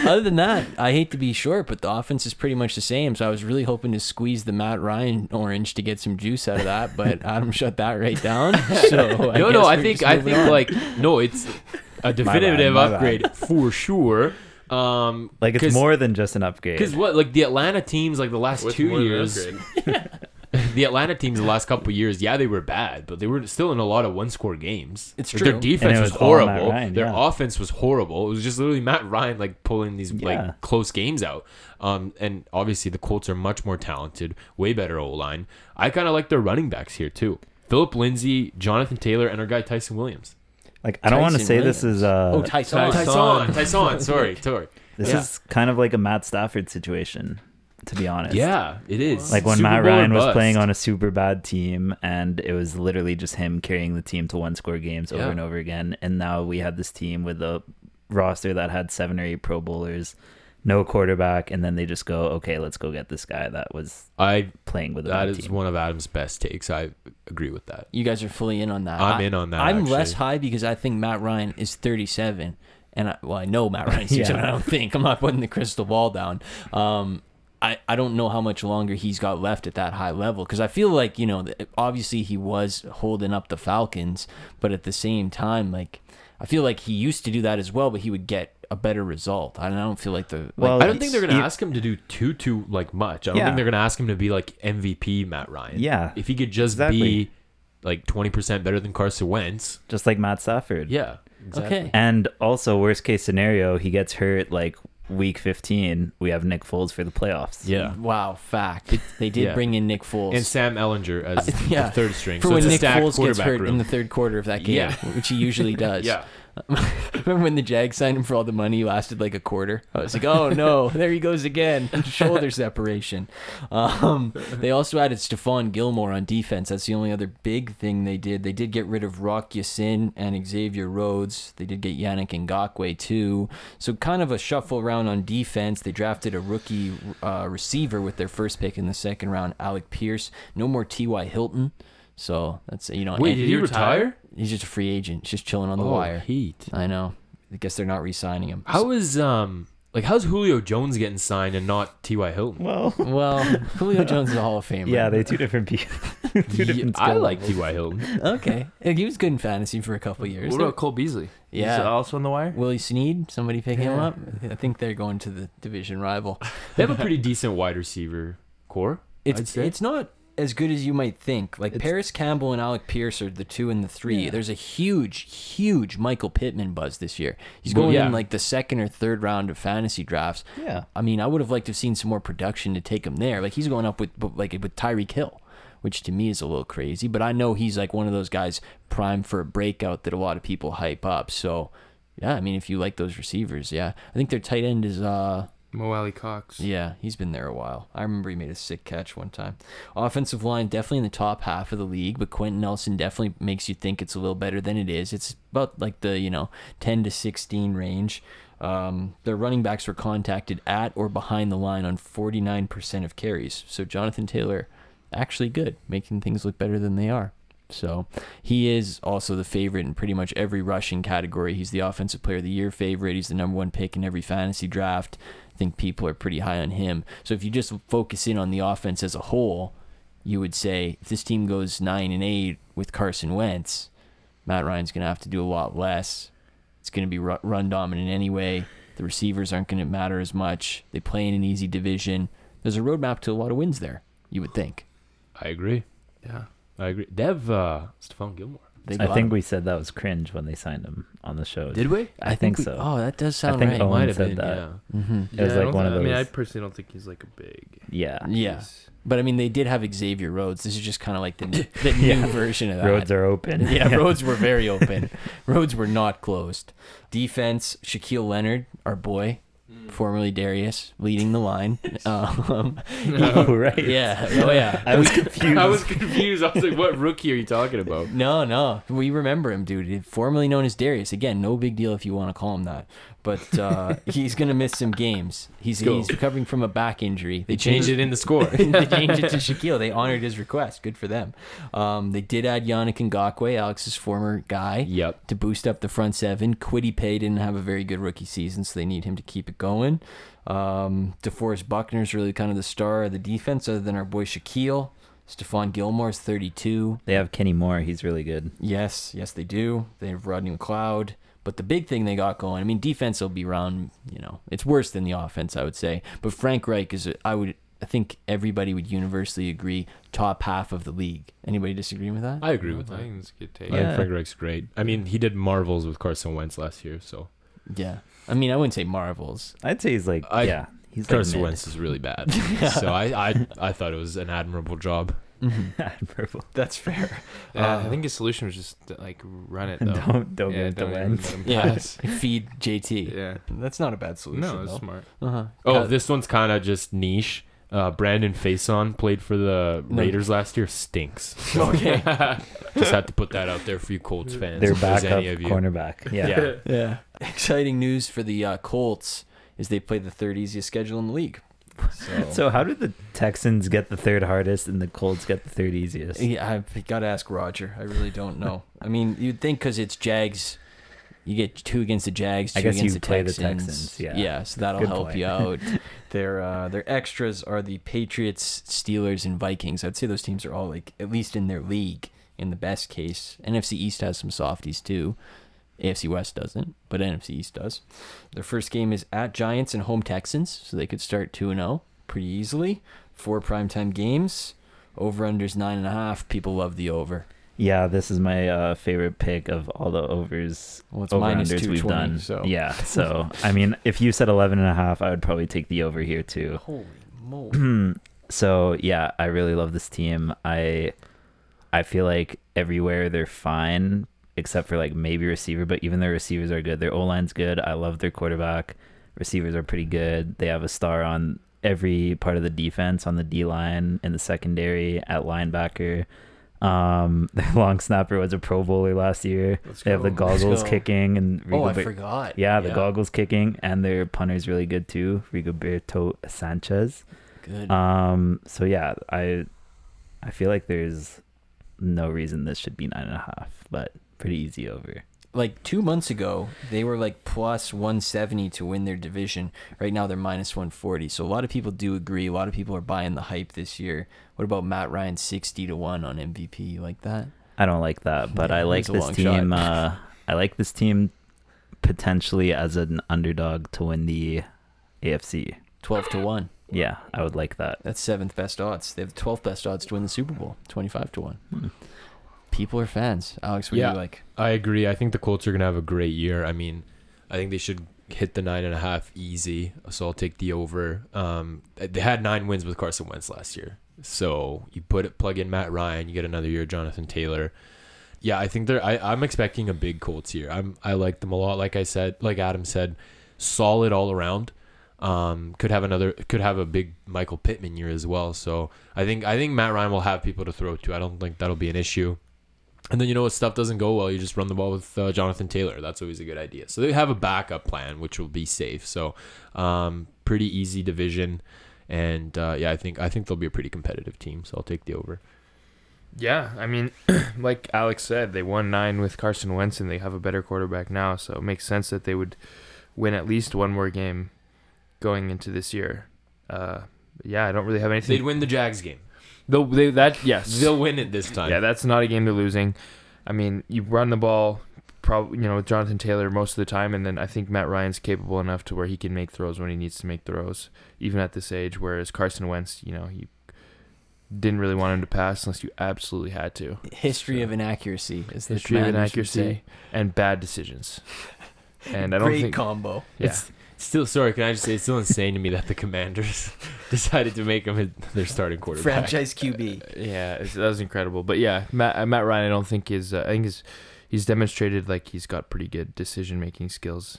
C: other than that, I hate to be short, but the offense is pretty much the same. So I was really hoping to squeeze the Matt Ryan orange to get some juice out of that, but Adam shut that right down. So I
D: no,
C: guess
D: no, I
C: we're
D: think
C: just
D: I
C: moving
D: think
C: on.
D: like no, it's a definitive
E: my bad.
D: upgrade for sure. Um,
E: Like it's
D: cause,
E: more than just an upgrade.
D: because what like the Atlanta teams like the last
F: What's more
D: two
F: than
D: years,
F: upgrade?
D: the Atlanta teams the last couple years, yeah, they were bad, but they were still in a lot of one score games.
C: It's
D: Like,
C: true.
D: Their
E: And
D: defense
E: it
D: was,
E: was all Matt
D: horrible.
E: Ryan,
D: Their
E: yeah.
D: offense was horrible. It was just literally Matt Ryan like pulling these
E: Yeah.
D: like close games out. Um, and obviously the Colts are much more talented, way better O line. I kind of like their running backs here too. Philip Lindsay, Jonathan Taylor, and our guy Tyson Williams.
E: like I don't want to
C: Tyson
E: say this
C: Williams.
E: is uh
C: oh Tyson.
D: Tyson, Tyson, sorry, sorry.
E: this
D: Yeah.
E: is kind of like a Matt Stafford situation to be honest.
D: Yeah, it is.
E: Like when
D: Super
E: Matt
D: Bowl or
E: Ryan was
D: bust.
E: playing on a super bad team, and it was literally just him carrying the team to one score games over
D: Yeah.
E: and over again. And now we had this team with a roster that had seven or eight Pro Bowlers, no quarterback, and then they just go, okay, let's go get this guy that was
D: I
E: playing with a
D: that
E: bad
D: is
E: team.
D: one of Adam's best takes. I agree with that.
C: You guys are fully in on that.
D: I'm
C: I-
D: in on that,
C: I'm less
D: actually.
C: high because I think Matt Ryan is 37, and I, well, I know Matt Ryan. yeah. I don't think I'm not putting the crystal ball down. Um, I I don't know how much longer he's got left at that high level because I feel like you know th- obviously he was holding up the Falcons, but at the same time like. I feel like he used to do that as well, but he would get a better result. I don't, I don't feel like the like,
E: Well,
D: I don't think they're gonna
E: You-
D: ask him to do too too like much. I don't
E: e- Yeah.
D: think they're gonna ask him to be like MVP Matt Ryan.
E: Yeah,
D: if he could just
E: exactly.
D: be like twenty percent better than Carson Wentz.
E: Just like Matt Stafford.
D: Yeah.
C: okay.
E: And also, worst case scenario, he gets hurt like week 15. We have Nick Foles for the playoffs.
D: Yeah.
C: Wow, fact. They did
D: yeah.
C: bring in Nick Foles.
D: And Sam Ellinger as
C: yeah.
D: the third string.
C: for
D: so
C: when
D: it's a
C: Nick
D: stacked
C: Foles gets
D: quarterback
C: hurt
D: room.
C: in the third quarter of that game,
D: Yeah.
C: which he usually does.
D: Yeah.
C: Remember when the Jags signed him for all the money? He lasted like a quarter. I was like, oh no, there he goes again. Shoulder separation. Um, they also added Stephon Gilmore on defense. That's the only other big thing they did. They did get rid of Rock Sin and Xavier Rhodes. They did get Yannick Ngakwe too. So kind of a shuffle around on defense. They drafted a rookie uh, receiver with their first pick in the second round, Alec Pierce. No more T.Y. Hilton. So that's, you know,
D: Wait,
C: and-
D: did he retire?
C: He's just a free agent, just chilling on the
D: Oh,
C: wire.
D: heat.
C: I know. I guess they're not re-signing him.
D: How is um like how's Julio Jones getting signed and not T. Y. Hilton?
E: Well,
C: well, Julio Jones is a Hall of Famer.
E: yeah, they're two different people. two
D: Yeah,
E: different
D: I
E: skill
D: like
E: levels.
D: T. Y. Hilton.
C: Okay. Yeah, He was good in fantasy for a couple years.
F: What about Cole Beasley?
C: Yeah.
F: He's also on the wire.
C: Willie Sneed? Somebody pick him up? I think they're going to the division rival.
D: They have a pretty decent wide receiver core. I'd
C: It's
D: say.
C: it's not as good as you might think. Like Paris Campbell and Alec Pierce are the two and the three. There's a huge, huge Michael Pittman buzz this year. He's
D: Well,
C: going
D: yeah.
C: in like the second or third round of fantasy drafts.
E: Yeah.
C: I mean, I would have liked to have seen some more production to take him there. Like he's going up with but, like with Tyreek Hill, which to me is a little crazy. But I know he's like one of those guys prime for a breakout that a lot of people hype up. So yeah, I mean, if you like those receivers, yeah, I think their tight end is uh
F: Mo Alley Cox.
C: yeah, he's been there a while. I remember he made a sick catch one time. Offensive line definitely in the top half of the league, but Quentin Nelson definitely makes you think it's a little better than it is. It's about like the, you know, 10 to 16 range. Um, their running backs were contacted at or behind the line on 49% of carries. So Jonathan Taylor actually good, making things look better than they are. So he is also the favorite in pretty much every rushing category. He's the offensive player of the year favorite. He's the number one pick in every fantasy draft. I think people are pretty high on him. So if you just focus in on the offense as a whole, you would say if this team goes nine and eight with Carson Wentz, Matt Ryan's going to have to do a lot less. It's going to be ru- run dominant anyway. The receivers aren't going to matter as much. They play in an easy division. There's a roadmap to a lot of wins there. You would think.
D: I agree.
F: Yeah.
D: I agree. They have uh Stephon Gilmore.
C: They
E: I
C: got
E: think
C: him.
E: we said that was cringe when they signed him on the show.
D: Did we?
E: I, think,
C: we-
E: so.
C: Oh, that does sound
E: I think
C: right.
E: Owen
D: Might have
E: said
D: been,
E: that.
D: yeah.
C: hmm
E: It was
F: I
E: like
F: don't
E: one of
F: thi-
E: those.
F: I mean, I personally don't think he's like a big.
E: yeah.
C: Yeah,
F: he's-
C: but I mean, they did have Xavier Rhodes. This is just kind of like the, n- the new version of that.
E: Roads are open.
C: yeah, roads were very open. roads were not closed. Defense: Shaquille Leonard, our boy,
E: Mm.
C: formerly Darius, leading the line. Um,
E: oh, right.
C: yeah. Oh yeah.
E: I was confused.
D: I was confused. I was like, what rookie are you talking about?
C: No, no. We remember him, dude. Formerly known as Darius. Again, no big deal if you want to call him that. But uh, he's going to miss some games. He's,
D: Go.
C: he's recovering from a back injury.
D: They changed it in the score.
C: they changed it to Shaquille. They honored his request. Good for them. Um, they did add Yannick Ngakwe, Alex's former guy,
D: Yep.
C: to boost up the front seven. Quiddy Pay didn't have a very good rookie season, so they need him to keep it going. Um, DeForest Buckner's really kind of the star of the defense, other than our boy Shaquille. Stephon Gilmore's 32.
E: They have Kenny Moore. He's really good.
C: Yes, yes, they do. They have Rodney McLeod. But the big thing they got going, I mean, defense will be round, you know, it's worse than the offense, I would say. But Frank Reich is, I would, I think everybody would universally agree, top half of the league. Anybody disagree with that?
D: I agree with
F: I
D: that.
F: think it's a good take.
D: I think
E: Yeah.
D: Frank Reich's great. I mean, he did marvels with Carson Wentz last year, so
C: yeah. I mean, I wouldn't say marvels.
E: I'd say he's like,
D: I-
E: yeah, he's like
D: Carson
E: mid.
D: Wentz is really bad. So I, I I thought it was an admirable job.
E: Admirable.
C: That's fair.
F: Yeah,
C: Uh,
F: I think his solution was just to, like run it though.
E: don't don't give it to
F: even
E: Wentz.
F: let him
C: Yeah.
F: pass.
C: Feed JT.
F: yeah.
C: That's not a bad solution.
F: No, it's
C: though.
F: smart.
C: Uh-huh.
D: Oh,
F: Cut.
D: this one's kind of just niche. Uh, Brandon Faison played for the
C: No.
D: Raiders last year. Stinks. okay. Just had to put that out there for you Colts fans.
E: Their
D: if there's
E: backup
D: any of you.
E: cornerback. Yeah.
C: Yeah.
D: Yeah.
C: Exciting news for the uh, Colts is they play the third easiest schedule in the league.
E: So how did the Texans get the third hardest and the Colts get the third easiest?
C: Yeah, I've got to ask Roger. I really don't know. I mean, you'd think because it's Jags, you get two against the Jags, two
E: I guess
C: against
E: you
C: the
E: play the
C: Texans.
E: Texans, yeah.
C: so that'll
E: Good
C: help
E: point.
C: you out. their uh, their extras are the Patriots, Steelers, and Vikings. I'd say those teams are all like at least in their league in the best case. NFC East has some softies too. AFC West doesn't, but NFC East does. Their first game is at Giants and home Texans, so they could start 2 0 pretty easily. Four primetime games. Over unders 9.5. People love the over.
E: Yeah, this is my uh, favorite pick of all the overs.
C: Well, it's
E: over
C: minus
E: unders we've
C: 220,
E: done.
C: so-
E: Yeah, so I mean, if you said 11 and a half, I would probably take the over here too.
C: Holy moly.
E: So yeah, I really love this team. I I feel like everywhere they're fine except for like maybe receiver, but even their receivers are good. Their O line's good. I love their quarterback. Receivers are pretty good. They have a star on every part of the defense, on the D line, in the secondary, at linebacker. Um, their long snapper was a Pro Bowler last year. they have the
C: go. Let's
E: goggles
C: go.
E: kicking and
C: Oh, I
E: Rigober-
C: forgot.
E: yeah, the goggles kicking, and their punter's really good too, Rigoberto Sanchez.
C: Good.
E: Um. So yeah, I I feel like there's no reason this should be nine and a half, but pretty easy over.
C: like two months ago, they were like plus 170 to win their division. Right now, they're minus 140. So a lot of people do agree. A lot of people are buying the hype this year. What about Matt Ryan 60 to 1 on MVP? You like that?
E: I don't like that, but
C: Yeah,
E: I like
C: it's a
E: this
C: long shot.
E: team. Uh, I like this team potentially as an underdog to win the AFC.
C: 12 to 1.
E: Yeah, I would like that.
C: That's seventh best odds. They have the 12th best odds to win the Super Bowl, 25 to 1. People are fans. Alex, what
D: Yeah.
C: do you like?
D: I agree. I think the Colts are gonna have a great year. I mean, I think they should hit the nine and a half easy. So I'll take the over. Um, they had nine wins with Carson Wentz last year. So you put it, plug in Matt Ryan, you get another year of Jonathan Taylor. Yeah, I think they're. I, I'm expecting a big Colts here. I'm. I like them a lot. Like I said, like Adam said, solid all around. Um, could have another. Could have a big Michael Pittman year as well. So I think. I think Matt Ryan will have people to throw to. I don't think that'll be an issue. And then you know what stuff doesn't go well, you just run the ball with uh, Jonathan Taylor. That's always a good idea. So they have a backup plan, which will be safe. So um, pretty easy division, and uh, yeah, I think I think they'll be a pretty competitive team. So I'll take the over.
F: Yeah, I mean, like Alex said, they won nine with Carson Wentz, and they have a better quarterback now, so it makes sense that they would win at least one more game going into this year. Uh, yeah, I don't really have anything.
D: They'd win the Jags game.
F: They'll, they, that yes,
D: They'll win it this time.
F: yeah, that's not a game they're losing. I mean, you run the ball, probably you know with Jonathan Taylor most of the time, and then I think Matt Ryan's capable enough to where he can make throws when he needs to make throws, even at this age. Whereas Carson Wentz, you know, you didn't really want him to pass unless you absolutely had to.
C: History of inaccuracy is the
F: History of inaccuracy and bad decisions. And I don't
C: Great
F: think
C: combo.
F: yeah.
D: It's still sorry. Can I just say it's still insane to me that the Commanders decided to make him their starting quarterback.
C: Franchise QB.
F: Uh, Yeah, it's, that was incredible. But yeah, Matt, uh, Matt Ryan, I don't think is. Uh, I think is he's demonstrated like he's got pretty good decision making skills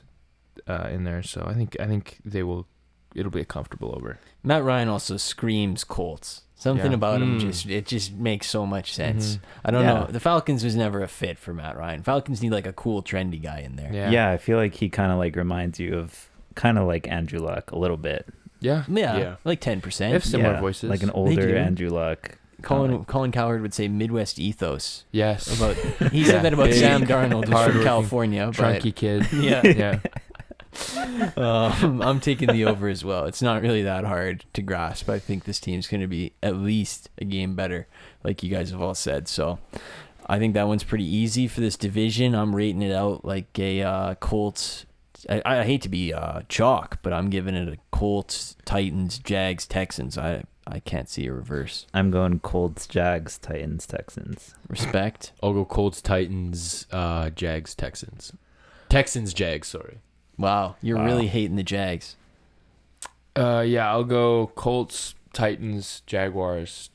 F: uh, in there. So I think I think they will. It'll be a comfortable over.
C: Matt Ryan also screams Colts. Something
F: Yeah.
C: about him
D: Mm.
C: just it just makes so much sense. I don't
E: Yeah.
C: know. The Falcons was never a fit for Matt Ryan. Falcons need like a cool, trendy guy in there.
E: Yeah,
F: Yeah.
E: I feel like he kind of like reminds you of kind of like Andrew Luck a little bit.
F: Yeah.
C: Yeah,
D: Yeah.
C: like ten
F: They have
C: percent.
F: similar
E: Yeah,
F: voices.
E: like an
C: do.
E: older Andrew Luck.
C: Colin Colin Cowherd would say Midwest ethos
F: yes.
C: about. He said
F: Yeah.
C: that about
F: Big,
C: Sam Darnold who's from
F: hardworking,
C: California. But,
F: Trunky kid.
C: yeah,
F: yeah.
C: um, I'm taking the over as well. It's not really that hard to grasp. I think this team's going to be at least a game better, like you guys have all said. So I think that one's pretty easy for this division. I'm rating it out like a uh, Colts. I, I hate to be uh, chalk, but I'm giving it a Colts, Titans, Jags, Texans. I I can't see a reverse.
E: I'm going Colts, Jags, Titans, Texans.
C: Respect.
D: I'll go Colts, Titans, uh, Jags, Texans, Texans, Jags. Sorry.
C: Wow, you're really hating the Jags.
F: Uh, yeah. I'll go Colts, Titans, Jaguars,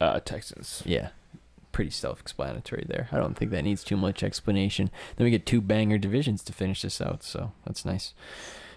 F: uh, Texans.
C: Yeah. Pretty self explanatory there. I don't think that needs too much explanation. Then we get two banger divisions to finish this out, so that's nice.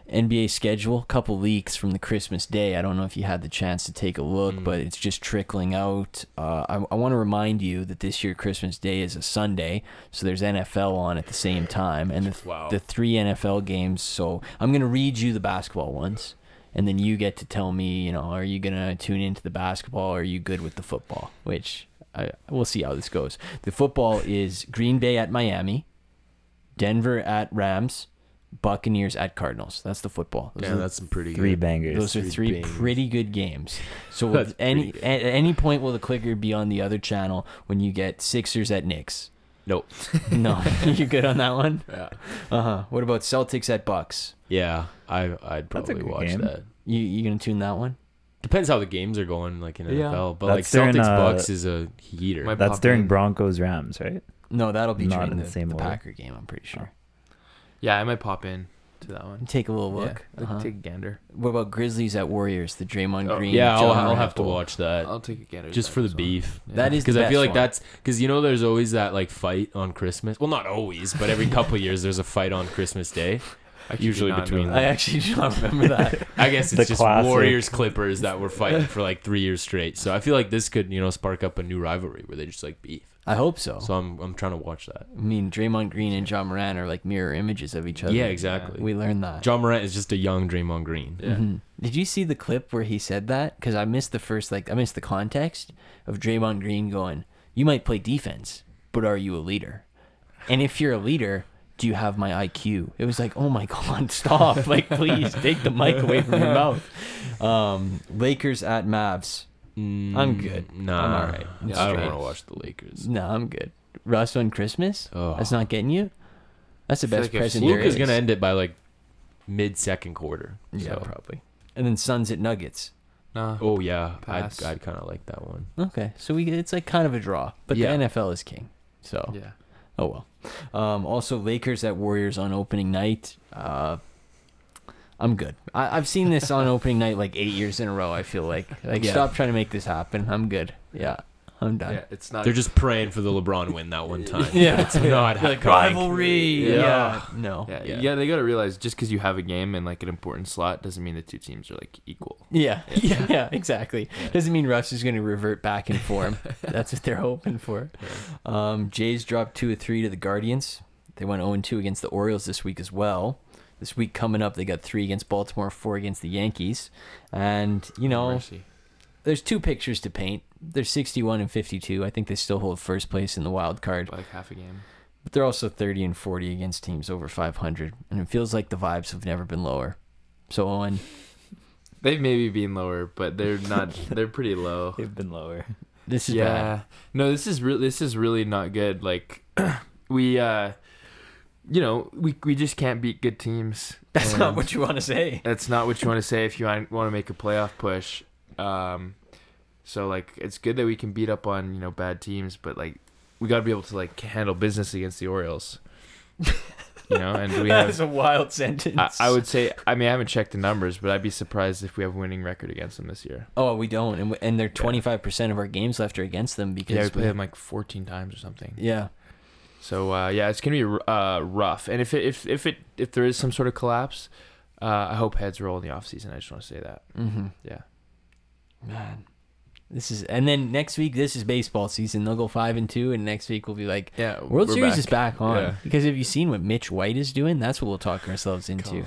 C: NBA schedule. Couple leaks from the Christmas day. I don't know if you had the chance to take a look, but it's just trickling out. Uh, I, I want to remind you that this year Christmas Day is a Sunday, so there's NFL on at the same time, and the,
D: Wow.
C: the three NFL games. So I'm gonna read you the basketball ones, and then you get to tell me. You know, are you gonna tune into the basketball? Or are you good with the football? Which I, we'll see how this goes. The football is Green Bay at Miami. Denver at Rams, Buccaneers at Cardinals. That's the football. Those
D: Yeah,
C: are-
D: that's some pretty
E: Three
D: good.
E: bangers.
C: those are three
D: big.
C: pretty good games. So
D: That's
C: with any
D: pretty
C: at at any point will the clicker be on the other channel when you get Sixers at Knicks?
D: Nope.
C: No, you good on that one?
D: Yeah.
C: Uh huh. What about Celtics at Bucks?
D: Yeah, I I'd probably
E: good
D: watch
E: game.
D: that.
C: You you gonna tune that one?
D: Depends how the games are going, like in NFL. But
E: That's
D: like
E: during,
D: Celtics
E: uh,
D: Bucks is a heater.
F: My-
E: That's
F: pop
E: during
F: in.
E: Broncos Rams, right?
C: No, that'll be
E: Not
C: during
E: in
C: the,
E: the same
C: the
E: order.
C: Packer game. I'm pretty sure.
F: Yeah, I might pop in to that one.
C: Take a little look.
F: Yeah,
C: Uh-huh.
F: Take a gander.
C: What about Grizzlies at Warriors? The Draymond
F: Oh,
C: Green.
D: yeah, I'll,
C: John
D: I'll have to
C: Raffle.
D: watch that.
F: I'll take a gander. to
D: just
F: that
D: for the
F: as well.
D: beef.
C: That is the
D: because I
C: best
D: feel like
C: one.
D: that's because you know there's always that like fight on Christmas. Well, not always, but every couple years there's a fight on Christmas Day.
F: I actually
D: Usually
F: did not know
D: between
F: that.
C: I actually do not remember that.
D: I guess
E: The
D: it's just
E: classic.
D: Warriors Clippers that were fighting for like three years straight. So I feel like this could you know spark up a new rivalry where they just like beef.
C: I hope
E: Oh.
C: so.
D: So I'm I'm trying to watch that.
C: I mean, Draymond Green and John Moran are like mirror images of each other.
D: Yeah, exactly.
C: We learned that.
D: John Morant is just a young Draymond Green. Yeah.
E: Mm-hmm.
C: Mhm. Did you see the clip where he said that? Because I missed the first, like, I missed the context of Draymond Green going, You might play defense, but are you a leader? And if you're a leader, do you have my IQ? It was like, Oh my God, stop. Like, please take the mic away from your mouth. Um, Lakers at Mavs. I'm good.
D: Mm, Nah,
C: I'm all right. I'm
D: I don't
C: straight.
D: want to watch the Lakers.
C: No, I'm good. Russ on Christmas?
D: Oh.
C: That's not getting you? That's the
F: feel
C: best
F: like if
C: present there
D: Luke is
C: is.
D: gonna end it by like mid second quarter.
C: Yeah,
D: so-
C: probably. And then Suns at Nuggets.
F: Nah.
D: Oh yeah,
F: Pass.
D: I'd, I'd kind of like that one.
C: Okay, so we it's like kind of a draw, but
D: Yeah.
C: the NFL is king. So
F: Yeah.
C: oh well. Um, also, Lakers at Warriors on opening night. Uh, I'm good. I, I've seen this on opening night like eight years in a row. I feel like like
D: Yeah.
C: stop trying to make this happen. I'm good. Yeah, I'm done.
F: Yeah, it's not.
D: They're just praying for the LeBron win that one time.
C: Uh, Yeah.
D: it's not happening.
C: rivalry. Yeah.
F: Yeah.
C: No. Yeah.
F: Yeah,
D: Yeah.
F: yeah. they gotta realize just because you have a game and like an important slot doesn't mean the two teams are like equal.
C: Yeah. Yeah. exactly. Doesn't mean Russ is going to revert back in form. That's what they're hoping for. Um, Jays dropped two or three to the Guardians. They went 0 2 against the Orioles this week as well. This week coming up, they got three against Baltimore, four against the Yankees. And, you know,
F: Mercy.
C: there's two pictures to paint. They're 61 and 52. I think they still hold first place in the wild card.
F: By, like half a game.
C: But they're also 30 and 40 against teams over 500. And it feels like the vibes have never been lower. So, Owen,
F: They've maybe been lower, but they're not. they're pretty low.
E: They've been lower.
C: this is bad.
F: yeah. No, this is really this is really not good. Like we, uh you know, we we just can't beat good teams.
C: That's not
F: And
C: what you want to say.
F: That's not what you want to say if you want to make a playoff push. Um, so like, it's good that we can beat up on you know bad teams, but like, we got to be able to like handle business against the Orioles. you know, and we
C: That
F: have
C: is a wild sentence.
F: I, I would say, I mean, I haven't checked the numbers, but I'd be surprised if we have a winning record against them this year.
C: Oh, we don't, and, we- and they're twenty five percent of our games left are against them because.
F: Yeah, we play
C: we-
F: them like 14 times or something.
C: yeah.
F: So uh, yeah, it's gonna be uh, rough. And if it, if if it if there is some sort of collapse, uh, I hope heads roll in the offseason. I just want to say that.
C: Mm-hmm.
F: Yeah.
C: Man, this is, and then next week this is baseball season. They'll go five and two, and next week we'll be like
F: Yeah.
C: World
F: we're
C: Series
F: back.
C: is back on.
F: Yeah.
C: Because have you seen what Mitch White is doing? That's what we'll talk ourselves into.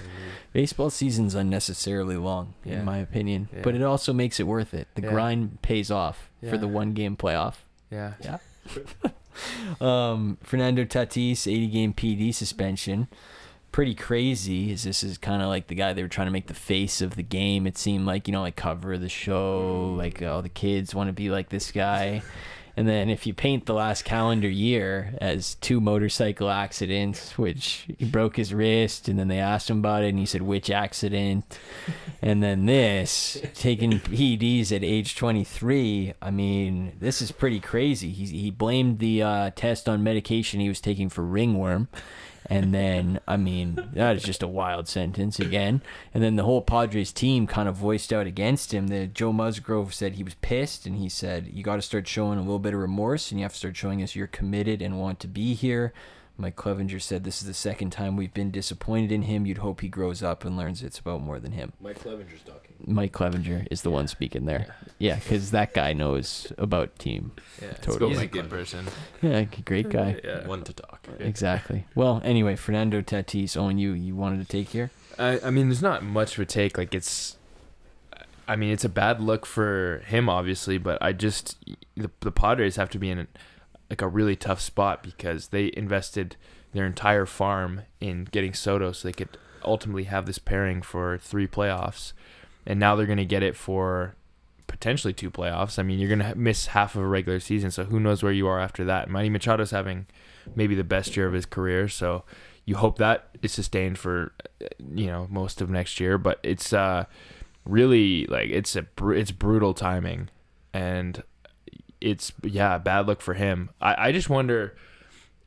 C: Baseball season's unnecessarily long,
F: Yeah.
C: in my opinion,
F: Yeah.
C: but it also makes it worth it. The
F: Yeah.
C: grind pays off for
F: Yeah.
C: the one game playoff.
F: Yeah.
C: Yeah. um, Fernando Tatis, 80 game PD suspension. Pretty crazy. Is this is kind of like the guy they were trying to make the face of the game. It seemed like you know, like cover the show. Like uh, all the kids want to be like this guy. And then if you paint the last calendar year as two motorcycle accidents, which he broke his wrist, and then they asked him about it, and he said which accident, and then this taking PEDs at age 23. I mean, this is pretty crazy. He he blamed the uh, test on medication he was taking for ringworm. And then, I mean, that is just a wild sentence again. And then the whole Padres team kind of voiced out against him. The Joe Musgrove said he was pissed, and he said you got to start showing a little bit of remorse, and you have to start showing us you're committed and want to be here. Mike Clevenger said this is the second time we've been disappointed in him. You'd hope he grows up and learns it's about more than him.
D: Mike Clevenger's talking.
C: Mike Clevenger is the one speaking there. Yeah, because that guy knows about team.
F: Yeah,
C: Totally.
F: He's a good person.
C: Yeah, great guy.
F: Yeah.
D: One to talk.
C: Exactly. Well, anyway, Fernando Tatis, Owen, you you wanted to take here?
F: I, I mean, there's not much of a take. Like it's, I mean, it's a bad look for him, obviously. But I just the the Padres have to be in like a really tough spot because they invested their entire farm in getting Soto, so they could ultimately have this pairing for three playoffs, and now they're gonna get it for potentially two playoffs. I mean, you're gonna ha- miss half of a regular season, so who knows where you are after that. Manny Machado's having maybe the best year of his career, so you hope that is sustained for you know most of next year but it's uh really like it's a br- it's brutal timing and it's yeah bad luck for him I, I just wonder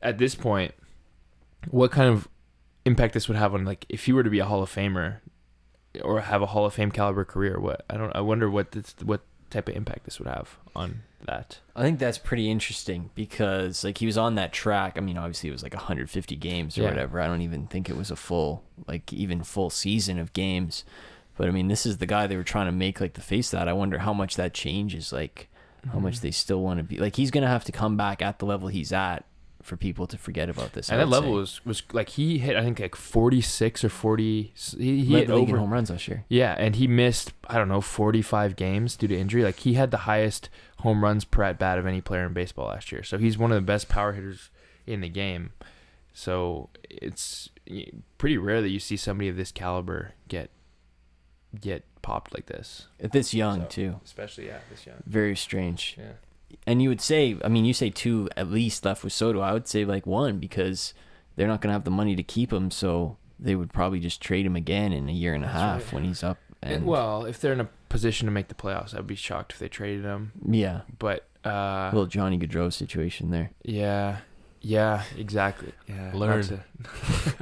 F: at this point what kind of impact this would have on like if he were to be a hall of famer or have a hall of fame caliber career what i don't i wonder what this what type of impact this would have on that
C: I think that's pretty interesting because like he was on that track. I mean, obviously it was like 150 games or
F: Yeah.
C: whatever. I don't even think it was a full like even full season of games. But I mean, this is the guy they were trying to make like the face that. I wonder how much that changes like how much they still want to be like he's going to have to come back at the level he's at for people to forget about this. I
F: and that
C: would
F: level
C: say.
F: was was like he hit i think like 46 or 40 he, he
C: led
F: hit
C: the league in
F: over
C: home runs last year.
F: Yeah, and he missed I don't know 45 games due to injury. Like he had the highest home runs per at bat of any player in baseball last year. So he's one of the best power hitters in the game. So it's y- pretty rare that you see somebody of this caliber get get popped like this,
C: At this young
F: So-
C: too.
F: especially yeah, this young.
C: Very strange.
F: Yeah.
C: and you would say, I mean, you say two at least left with Soto. I would say like one because they're not going to have the money to keep him, so they would probably just trade him again in a year and a half when he's up. And
F: well, if they're in a position to make the playoffs, I'd be shocked if they traded him.
C: yeah,
F: But uh,
C: a little Johnny Gaudreau situation there.
F: yeah, yeah, exactly. Yeah, not
D: Learn.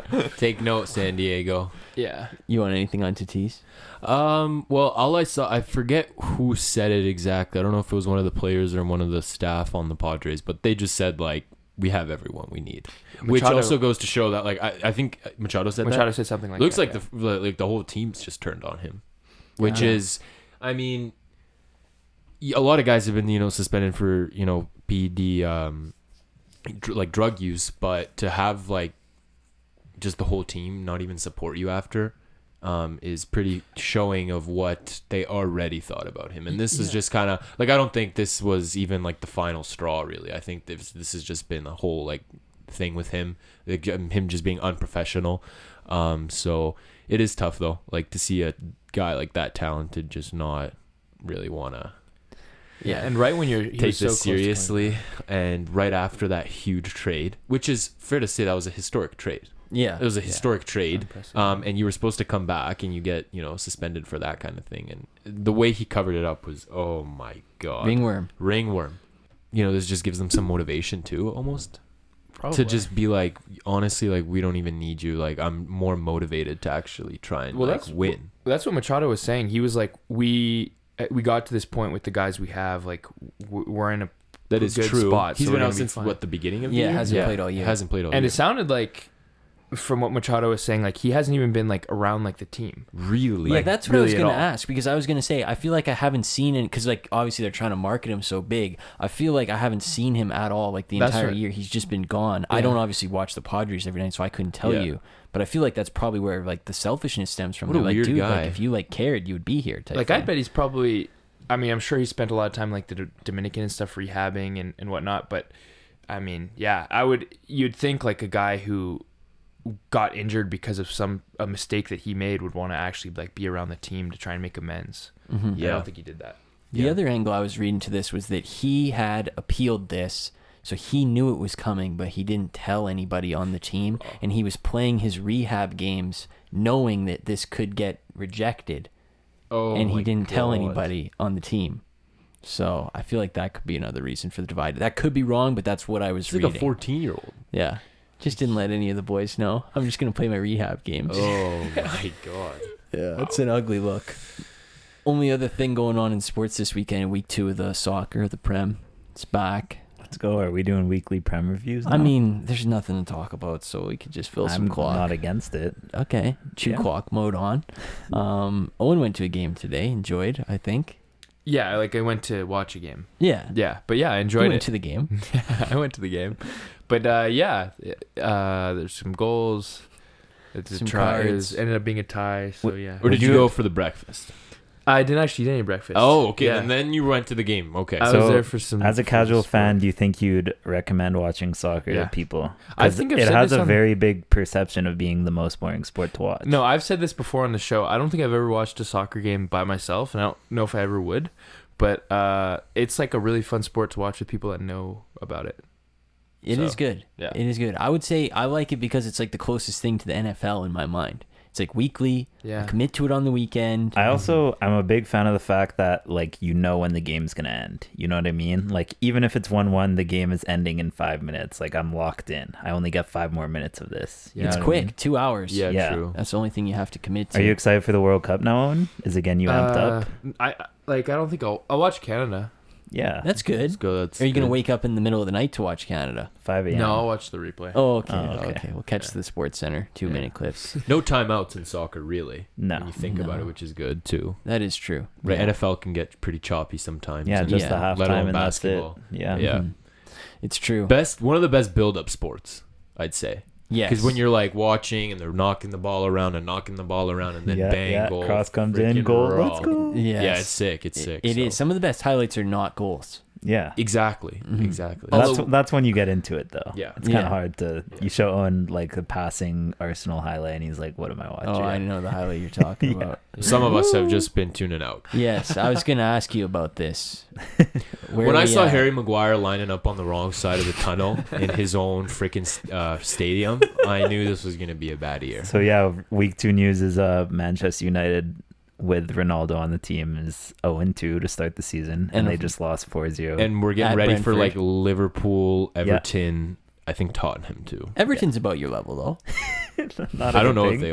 F: to-
D: Take note, San Diego.
F: yeah,
C: You want anything on Tatis?
D: Um, well, all I saw, I forget who said it exactly. I don't know if it was one of the players or one of the staff on the Padres, but they just said like we have everyone we need, which
F: Machado-
D: also goes to show that like I, I think uh, Machado said
F: Machado
D: that.
F: said something like
D: Looks like
F: that, yeah.
D: the like the whole team's just turned on him, which
C: Yeah.
D: is, I mean, y- a lot of guys have been you know suspended for you know PD um, dr- like drug use, but to have like just the whole team not even support you after um, is pretty showing of what they already thought about him. And this is just kind of like I don't think this was even like the final straw, really. I think this this has just been a whole like thing with him, like, um, him just being unprofessional. Um, so it is tough though, like to see a guy like that talented just not really wanna
F: yeah. And right when you're he
D: take
F: was so
D: this
F: close to coming
D: seriously, and right after that huge trade, which is fair to say that was a historic trade.
C: Yeah,
D: It was a historic trade,
F: Impressive.
D: um, and you were supposed to come back, and you get you know suspended for that kind of thing. And the way he covered it up was, oh my god,
C: ringworm.
D: ringworm. You know, this just gives them some motivation too, almost
C: Oh,
F: Probably.
D: to just be like, honestly, like we don't even need you. Like I'm more motivated to actually try and
F: Well,
D: like
F: that's-
D: win.
F: that's what Machado was saying. He was like, we uh, we got to this point with the guys we have. Like, w- we're in a
D: That is
F: good
D: true.
F: spot,
D: He's
F: so we're
D: been
F: gonna
D: out
F: be
D: since
F: fine.
D: what the beginning of the
C: Yeah,
D: year?
C: hasn't played all year.
D: Hasn't played all
F: and
D: year.
F: it sounded like from what Machado was saying, like he hasn't even been like around like the team.
D: really
C: Yeah,
F: Like,
C: that's what I
F: really
C: was
F: at
C: gonna
F: all.
C: ask because I was gonna say I feel like I haven't seen it because like obviously they're trying to market him so big. I feel like I haven't seen him at all. Like the
F: That's
C: entire
F: right.
C: year, he's just been gone. I don't obviously watch the Padres every night, so I couldn't tell
D: Yeah.
C: you. But I feel like that's probably where like the selfishness stems from.
D: What
C: They're
D: a
C: like,
D: weird
C: dude,
D: guy.
C: like if you like cared, you would be here. Type
F: Like, I
C: thing.
F: bet he's probably. I mean, I'm sure he spent a lot of time like the D- Dominican and stuff rehabbing and and whatnot. But I mean, yeah, I would. You'd think like a guy who got injured because of some a mistake that he made would want to actually like be around the team to try and make amends. I
D: Yeah.
F: don't think he did that.
C: The other angle I was reading to this was that he had appealed this, so he knew it was coming, but he didn't tell anybody on the team,
F: Oh.
C: and he was playing his rehab games knowing that this could get rejected,
D: Oh,
C: and
D: my
C: he didn't tell
D: God.
C: anybody on the team. So I feel like that could be another reason for the divide. That could be wrong, but that's what I was
D: It's like
C: reading.
D: a 14 year old.
C: yeah, just didn't let any of the boys know. I'm just gonna play my rehab games.
D: Oh my god.
C: Yeah, it's an ugly look. Only other thing going on in sports this weekend, week two of the soccer, the Prem. It's back.
E: Let's go. Are we doing weekly prem reviews?
C: I
E: now?
C: mean, there's nothing to talk about, so we could just fill some
E: I'm
C: clock.
E: not against it.
C: okay, chew
E: Yeah.
C: clock mode on. Um, Owen went to a game today. Enjoyed, I think.
F: Yeah, like I went to watch a game.
C: Yeah,
F: Yeah, but yeah, I
C: He
F: enjoyed
C: went
F: it.
C: to the game.
F: I went to the game, but uh, yeah, uh, there's some goals. It's
C: Some
F: a try. It
C: cards.
F: ended up being a tie. So yeah,
D: Or did you go for the breakfast?
F: I didn't actually eat any breakfast.
D: Oh, okay.
F: Yeah.
D: And then you went to the game. Okay.
F: I
E: So,
F: was there for some.
E: As a
F: Mm, for
E: casual
F: some-
E: fan, do you think you'd recommend watching soccer
F: Yeah.
E: to people?
F: I
E: 'Cause
F: think I've
E: it
F: said
E: has
F: this
E: a
F: on-
E: very big perception of being the most boring sport to watch.
F: No, I've said this before on the show. I don't think I've ever watched a soccer game by myself, and I don't know if I ever would. But uh, it's like a really fun sport to watch with people that know about it.
C: It is
F: So,
C: good.
F: yeah.
C: It is good. I would say I like it because it's like the closest thing to the NFL in my mind. It's like weekly.
F: Yeah.
C: I commit to it on the weekend.
E: I also I'm a big fan of the fact that like you know when the game's gonna end. You know what I
F: Mm-hmm.
E: mean? Like even if it's one one, the game is ending in five minutes. Like I'm locked in. I only got five more minutes of this. You
C: it's
E: know what I
C: quick,
E: mean?
C: two hours.
F: Yeah,
E: Yeah.
F: true.
C: That's the only thing you have to commit to.
E: Are you excited for the World Cup now, Owen? Is again you amped
F: Uh,
E: up?
F: I I- like. I don't think I'll. I'll watch Canada.
E: Yeah.
C: That's good.
F: go. That's
C: Are you going to wake up in the middle of the night to watch Canada?
E: Five AM.
F: No, I'll watch the replay.
C: Oh, okay.
E: Oh,
C: okay.
E: okay.
C: We'll catch the Sports Center two minute clips.
D: No timeouts in soccer, really.
E: No.
D: When you think about it, which is good too.
C: That is true.
D: Right, NFL can get pretty choppy sometimes.
E: Yeah,
D: and
E: just
C: Yeah,
E: the halftime
D: let alone
E: and that's it.
D: basketball.
E: Yeah.
D: yeah.
C: Mm-hmm. It's true.
D: Best one of the best build up sports, I'd say.
C: yes.
D: Because when you're like watching and they're knocking the ball around and knocking the ball around and then
E: Yeah,
D: bang
E: yeah.
D: goal.
E: Cross comes in,
D: freaking
E: goal.
D: raw.
E: Let's go.
C: Yes.
D: Yeah, it's sick. It's sick.
C: It is.
D: so.
C: Some of the best highlights are not goals.
E: Yeah.
D: Exactly.
F: Mm-hmm.
D: Exactly.
E: That's,
D: Although-
E: that's when you get into it though.
D: Yeah.
E: It's kind
C: Yeah.
E: of hard to you show Owen like the passing Arsenal highlight and he's like, What am I watching?
C: Oh, I know the highlight you're talking about.
D: some of us have just been tuning out.
C: Yes, I was going to ask you about this. Where
D: when
C: are
D: I
C: we
D: saw
C: at?
D: Harry Maguire lining up on the wrong side of the tunnel in his own freaking uh, stadium, I knew this was going to be a bad year.
E: So yeah, week two news is uh Manchester United with Ronaldo on the team is 0 2 to start the season, and,
C: And-
E: they just lost 4-0.
D: And we're getting
C: At
D: ready
C: Brentford.
D: for like Liverpool, Everton, I think Tottenham too.
C: Everton's about your level, though.
E: Not
D: I don't
E: a
D: know
E: thing.
D: if they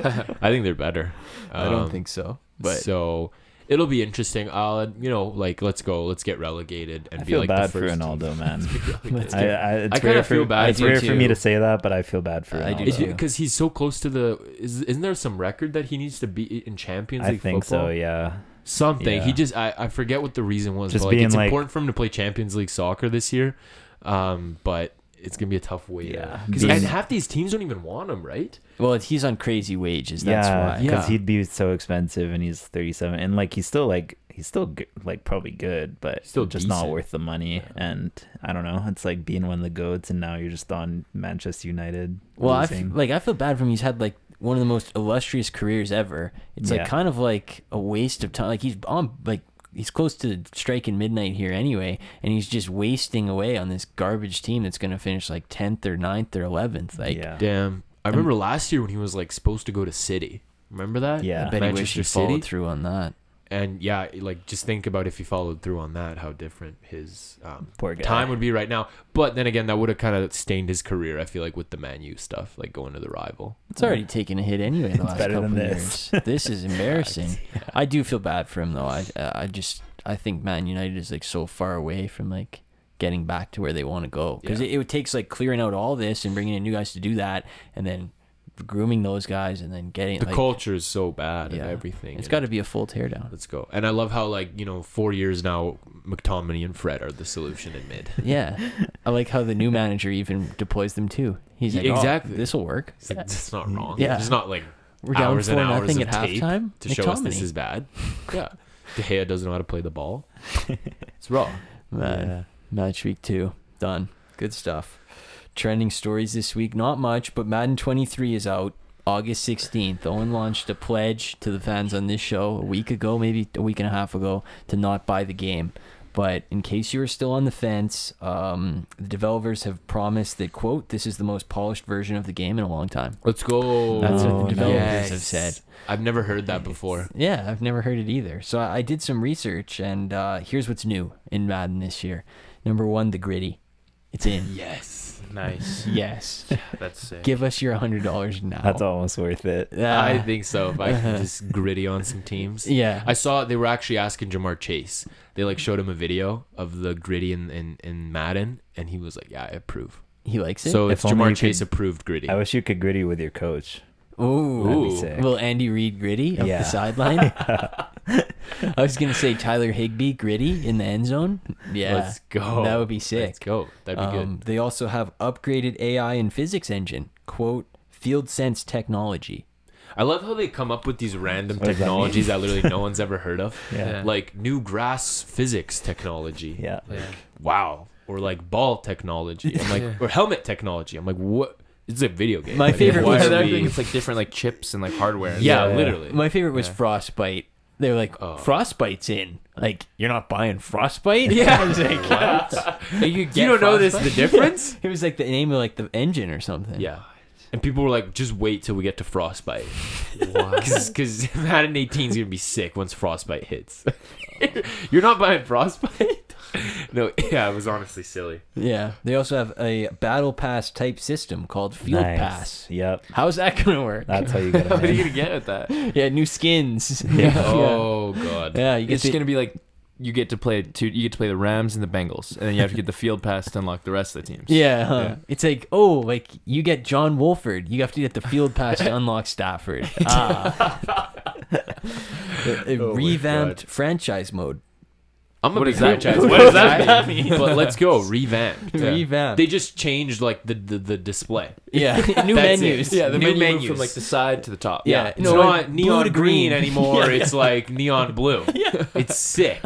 D: are. I think they're better.
C: I don't
D: Um,
C: think so. But
D: so. It'll be interesting. I'll, you know, like let's go, let's get relegated and
E: I
D: be
E: feel
D: like
E: bad
D: the
E: for
D: first team.
E: Ronaldo, man.
C: let's
E: I,
C: get-
E: I, it's
D: I kinda
E: rare for-
D: feel bad
E: It's
D: for
E: rare for me
D: too.
E: to say that, but I feel bad for.
C: I do
E: Ronaldo.
C: too.
D: because he's so close to the. Is isn't there some record that he needs to be in Champions
E: I
D: League
E: think
D: football?
E: so. Yeah.
D: Something he
E: Yeah.
D: just I, I forget what the reason was.
E: Just
D: but like,
E: being
D: it's
E: like-
D: important for him to play Champions League soccer this year, um, but it's gonna be a tough way.
E: Yeah.
D: because
E: Being-
D: and half these teams don't even want him, right?
C: well, he's on crazy wages. That's
E: Yeah,
C: why.
E: because
D: Yeah.
E: he'd be so expensive, and he's 37, and like he's still like he's still good, like probably good, but
D: Still
E: just not
D: decent.
E: worth the money. And I don't know, it's like being one of the goats, and now you're just on Manchester United.
C: Well, I f-
E: losing.
C: like I feel bad for him. He's had like one of the most illustrious careers ever. It's
E: Yeah.
C: like kind of like a waste of time. Like he's on like he's close to striking midnight here anyway, and he's just wasting away on this garbage team that's going to finish like tenth or 9th or eleventh. Like
E: yeah,
D: Damn, I remember last year when he was like supposed to go to City. Remember that?
E: Yeah.
C: I bet he wished he
D: Manchester City.
C: followed through on that.
D: And yeah, like just think about if he followed through on that, how different his um,
E: Poor guy.
D: time would be right now. But then again, that would have kind of stained his career. I feel like with the Man U stuff, like going to the rival.
C: It's already taken a hit anyway. The last
E: better
C: couple
E: than
C: years.
E: this.
C: This is embarrassing. I do feel bad for him though. I I just I think Man United is like so far away from like getting back to where they want to go because
D: Yeah.
C: it, it takes like clearing out all this and bringing in new guys to do that and then grooming those guys and then getting
D: The
C: like,
D: culture is so bad and everything.
C: It's
D: and-
C: got to be a full teardown.
D: Let's go. And I love how like you know four years now, McTominay and Fred are the solution in mid.
C: Yeah, I like how the new manager even deploys them too. He's
D: Yeah,
C: like, exactly.
D: exactly.
C: this will work.
D: It's, like, it's not wrong.
C: Mm, Yeah.
D: Yeah, it's not like
C: We're down
D: hours and
C: four
D: hours
C: nothing
D: of
C: at
D: tape
C: halftime?
D: to show us
C: McTominay.
D: this is bad. Yeah, De Gea doesn't know how to play the ball. It's raw.
C: Man,
E: Yeah.
C: Match week two. Done. Good stuff. Trending stories this week. Not much, but Madden 23 is out August 16th. Owen launched a pledge to the fans on this show a week ago, maybe a week and a half ago, to not buy the game. But in case you are still on the fence, um, the developers have promised that, quote, this is the most polished version of the game in a long time.
D: Let's go.
C: That's what
E: Oh,
C: the developers
D: Yes.
C: have said.
D: I've never heard that before.
C: Yeah, I've never heard it either. So I I did some research, and uh, here's what's new in Madden this year. Number one, the gritty. It's in.
D: Yes.
F: Nice.
C: Yes.
F: That's sick.
C: Give us your hundred dollars now. Uh,
E: That's almost worth it.
C: Yeah.
D: I think so. If I can just gritty on some teams.
C: Uh-huh. Yeah.
D: I saw they were actually asking Jamar Chase. They like showed him a video of the gritty in, in, in Madden, and he was like, "Yeah, I approve."
C: he likes it.
D: So
E: If
D: it's
E: only you
D: Jamar
E: could-
D: Chase approved gritty.
E: I wish you could gritty with your coach.
C: Ooh.
E: That'd be sick.
C: Will Andy Reid gritty up
E: Yeah.
C: the sideline? I was gonna say Tyler Higby gritty in the end zone. Yeah,
D: Let's go.
C: That would be
D: Let's
C: sick.
D: go. That'd be
C: Um,
D: good.
C: they also have upgraded AI and physics engine. Quote field sense technology.
D: I love how they come up with these random
E: does that
D: technologies that, literally no one's ever heard of.
E: Yeah.
D: Like new grass physics technology.
E: Yeah.
D: Like, wow. Or like ball technology. I'm like, or helmet technology. I'm like, what? It's a video game.
C: My
D: Like,
C: favorite
D: why
C: was-
D: are
F: I
D: we-
F: think it's like different like chips and like hardware. and
D: yeah,
F: stuff.
D: literally.
C: My favorite was frostbite. They were like,
D: Oh.
C: frostbite's in. Like, you're not buying frostbite? Yeah. I was like,
D: you don't know this the difference?
C: it was like the name of like the engine or something.
D: yeah. And people were like, just wait till we get to frostbite. Because Madden 18 is gonna be sick once frostbite hits. You're not buying frostbite. no, yeah, it was honestly silly.
C: Yeah. They also have a battle pass type system called Field
E: Nice.
C: Pass.
E: Yep.
C: How's that gonna work?
E: That's how you get
F: What are you
E: it.
F: gonna get with that?
C: yeah, new skins. Yeah.
D: Oh god.
C: Yeah, you get
F: It's
C: to,
F: gonna be like you get to play two. You get to play the Rams and the Bengals, and then you have to get the field pass to unlock the rest of the teams.
C: yeah, huh. It's like, oh, like you get John Wolford, you have to get the field pass to unlock Stafford. Ah.
D: Oh
C: a, a revamped franchise mode.
D: I'm a
F: What
D: big
F: is that?
D: franchise.
F: What
D: What
F: does
D: does that mean? but let's go revamped.
F: Yeah.
C: Revamped.
D: They just changed like the the, the display.
C: yeah, new
D: That's it.
C: menus.
D: Yeah, the
F: the new
D: menu
F: menu
D: moved
F: from like the side to the top.
C: Yeah.
D: It's
C: No, like
D: not
C: blue
D: neon
C: to
D: green,
C: green.
D: anymore. It's like neon blue. It's sick.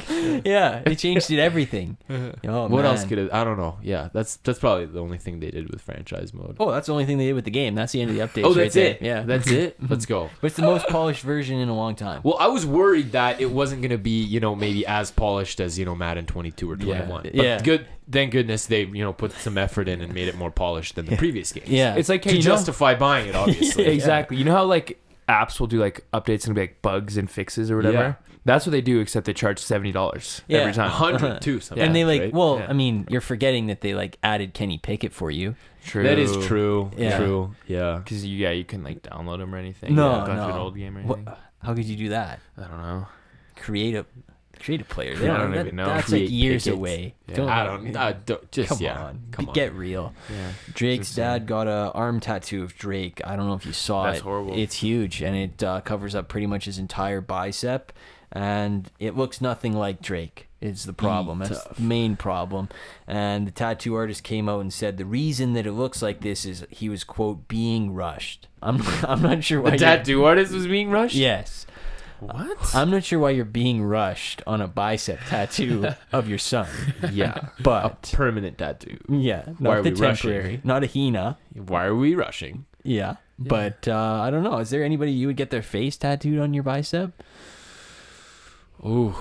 C: yeah, they changed it everything.
D: Uh-huh.
C: Oh,
D: What else
C: man.
D: could it? I don't know. Yeah, that's that's probably the only thing they did with franchise mode.
C: Oh, that's the only thing they did with the game. That's the end of the update.
D: Oh, that's it.
C: Yeah,
D: that's it. Let's go.
C: But it's the most polished version in a long time.
D: Well, I was worried that it wasn't going to be, you know, maybe as polished as, you know, Madden 22 or 21. But
C: Yeah.
D: good, thank goodness they, you know, put some effort in and made it more polished than the previous games.
C: Yeah.
F: It's like
D: To
F: hey, you know-
D: justify buying it, obviously.
F: exactly. You know how like apps will do like updates and be like bugs and fixes or whatever. That's what they do, except they charge seventy dollars
C: Yeah.
F: every
D: A
F: time.
D: hundred too. Sometimes,
C: Uh-huh. and they like,
D: right?
C: well,
F: Yeah.
C: I mean, you're forgetting that they like added Kenny Pickett for you.
F: True.
D: that is true.
C: Yeah.
D: True. Yeah.
F: Because yeah, you can like download them or anything.
C: No,
F: yeah, go to
C: no.
F: an old game or
C: What,
F: anything.
C: how could you do that?
F: I don't know.
C: Create a create a player. They
F: I don't
C: that-
F: even know.
C: That's
D: Create
C: like years
D: Pickett.
C: away.
D: Yeah. I don't. I don't. Just
C: Come
D: yeah.
C: on,
D: Come on.
C: get real.
F: Yeah.
C: Drake's
F: It's
C: dad got a arm tattoo of Drake. I don't know if you saw
F: That's
C: it.
F: horrible.
C: It's huge, and it uh, covers up pretty much his entire bicep, and it looks nothing like Drake. Is the problem? That's the main problem. And the tattoo artist came out and said the reason that it looks like this is he was quote being rushed. I'm I'm not sure why.
D: the
C: you're-
D: tattoo artist was being rushed.
C: Yes.
F: What?
C: I'm not sure why you're being rushed on a bicep tattoo of your son,
D: Yeah.
C: but
D: Permanent tattoo.
C: yeah,
D: Why
C: not
D: are
C: the
D: we rushing?
C: temporary, not a Hina.
D: Why are we rushing?
C: Yeah, but uh, I don't know. Is there anybody you would get their face tattooed on your bicep?
D: Ooh.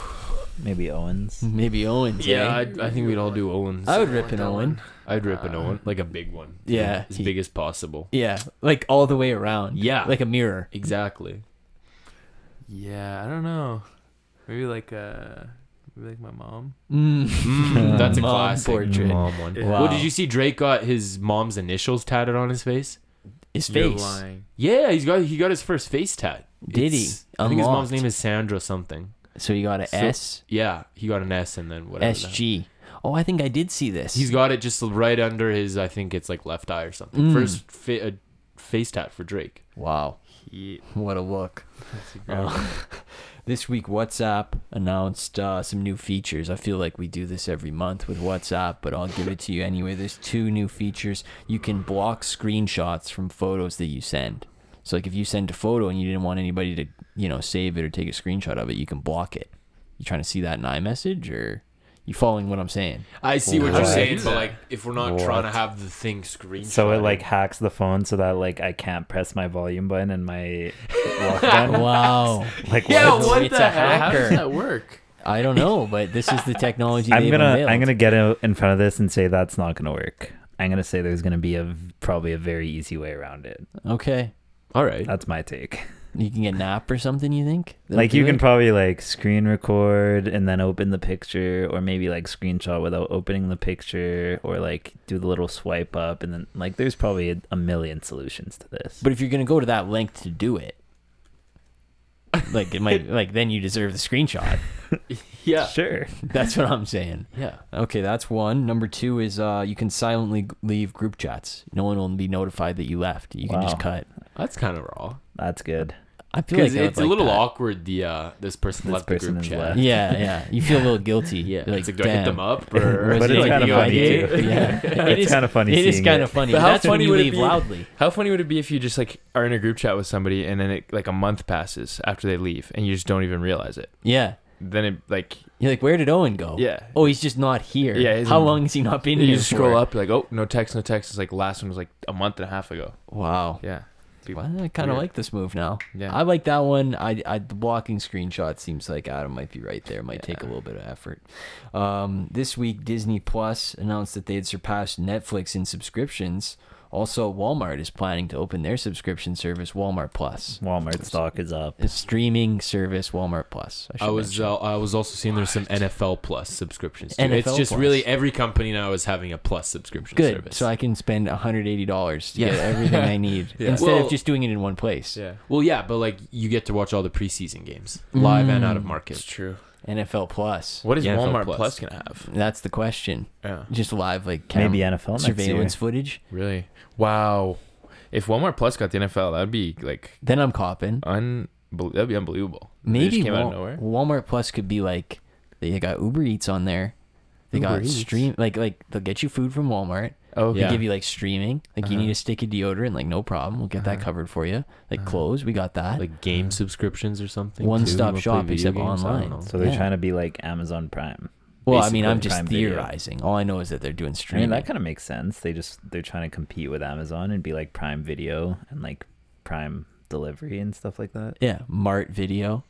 E: Maybe Owens.
C: Maybe Owens. eh?
D: Yeah. I, I think we'd all do Owens.
C: I, would rip an Owen.
D: I'd rip an Owen, Uh, like a big one.
C: yeah,
D: as
C: he-
D: big as possible.
C: Yeah, like all the way around.
D: Yeah.
C: like a mirror.
D: Exactly.
F: Yeah, I don't know. Maybe like uh, maybe like my mom.
C: Mm.
D: that's a
C: Mom
D: classic
C: portrait.
D: mom one.
C: Wow.
D: Well, did you see Drake got his mom's initials tatted on his face?
C: His
F: You're
C: face.
F: lying.
D: Yeah, he's got he got his first face tat.
C: Did he?
D: It's- I think his
C: Unlocked.
D: mom's name is Sandra something.
C: So you got a
D: So-
C: S
D: Yeah, he got an S and then whatever.
C: S G.
D: the-
C: Oh, I think I did see this.
D: He's got it just right under his. I think it's like left eye or something.
C: Mm.
D: First fa- uh, face tat for Drake.
C: wow.
F: He,
C: What a look.
F: that's a
C: Uh, this week, WhatsApp announced uh, some new features. I feel like we do this every month with WhatsApp, but I'll give it to you anyway. There's two new features. You can block screenshots from photos that you send. So, like, if you send a photo and you didn't want anybody to, you know, save it or take a screenshot of it, you can block it. You trying to see that in iMessage or you following what I'm saying?
D: I see what, you're
E: What?
D: saying, but like if we're not trying to
E: What?
D: have the thing screenshot,
E: So it like hacks the phone so that like I can't press my volume button and my lock button.
C: Wow.
E: Like
D: yeah,
E: what?
D: what
C: It's
D: the
C: a
D: heck?
F: How does
C: hacker.
F: that work?
C: I don't know, but this is the technology
E: I'm
C: they've
E: gonna
C: unveiled.
E: I'm gonna get out in front of this and say that's not gonna work. I'm gonna say there's gonna be a v- probably a very easy way around it.
C: Okay.
D: All right.
E: That's my take.
C: You can get an app or something. You think? That'll
E: like you
C: do
E: can
C: it?
E: probably like screen record and then open the picture or maybe like screenshot without opening the picture or like do the little swipe up and then like there's probably a, a million solutions to this
C: But if you're gonna go to that length to do it, like it might, like then you deserve the screenshot.
D: Yeah.
E: sure
C: That's what I'm saying.
D: Yeah.
C: Okay, that's one. Number two is uh, you can silently g- leave group chats. No one will be notified that you left. You can just
E: Wow.
C: cut.
D: That's kind of raw.
E: that's good
C: I feel like
D: Because
C: I would
D: it's a
C: like
D: little
C: that.
D: awkward. The uh, this person
E: This
D: left
E: person
D: the
E: is
D: group chat.
E: left.
C: Yeah, yeah. You feel a little guilty.
D: Yeah,
C: You're
D: it's like, do I hit
C: damn.
D: them up or?
E: But it's
C: Resident
E: kinda
C: Evil
E: funny,
C: ID?
E: too.
C: Yeah, It
E: It's
C: is-
E: kinda funny
C: It is
E: seeing
C: kind of
E: it.
C: funny.
F: But how
C: That's when
F: funny
C: you
F: would it
C: leave
F: be-
C: loudly.
F: How funny would it be if you just like are in a group chat with somebody and then it, like a month passes after they leave and you just don't even realize it?
C: Yeah.
F: Then it like
C: You're like, where did Owen go?
F: Yeah.
C: Oh, he's just not here.
F: Yeah, he's
C: How
F: in-
C: long has he not been
F: you
C: here?
F: just scroll
C: for?
F: up you're like oh no text no text. It's like last one was like a month and a half ago.
C: Wow.
F: Yeah. Be-
C: Well, I kind of
F: Weird.
C: like this move now.
F: Yeah.
C: I like that one. I, I the blocking screenshot seems like Adam might be right there. Might take a little bit of effort. Um, this week, Disney Plus announced that they had surpassed Netflix in subscriptions. Also, Walmart is planning to open their subscription service, Walmart Plus.
E: walmart stock is up
C: A streaming service, Walmart Plus. I, should
D: I was
C: mention.
D: uh, I was also seeing there's some NFL Plus subscriptions. Too.
C: NFL
D: it's just
C: Plus.
D: really every company now is having a Plus subscription
C: good.
D: service.
C: So I can spend $180 to get everything I need instead
D: Well-
C: of just doing it in one place.
F: Yeah.
D: well, yeah, but like you get to watch all the preseason games
C: Mm.
D: live and out of market.
F: true.
C: NFL Plus.
F: What is
D: Yeah, NFL
F: Walmart
D: Plus.
F: Plus. gonna have?
C: That's the question.
F: Yeah.
C: Just live like cam-
E: maybe nfl next
C: surveillance
E: year.
C: footage.
F: Really? Wow. If Walmart Plus got the NFL, that'd be like
C: Then I'm copping.
F: un that'd be unbelievable. Oh, They
C: Maybe
F: just came
C: Wal-
F: out of nowhere.
C: Walmart Plus could be like they got Uber Eats on there. They got
F: Uber Eats?
C: stream like like they'll get you food from Walmart.
F: Oh,
C: They
F: yeah. Uh-huh.
C: give you like streaming. Like you need a stick of deodorant, like no problem. We'll get that covered for you. Like clothes, we got that.
D: Like game subscriptions or something.
C: One
D: too.
C: stop
D: We'll play
C: shop
D: video
C: except
D: games. I don't
C: online.
D: know.
E: so they're
C: Yeah.
E: trying to be like amazon prime
C: well, I mean, I'm
E: basically
C: just
E: Prime Video.
C: theorizing. All I know is that they're doing
E: I
C: streaming.
E: mean that kind of makes sense. They just they're trying to compete with Amazon and be like Prime Video and like Prime Delivery and stuff like that.
C: yeah, Mart Video.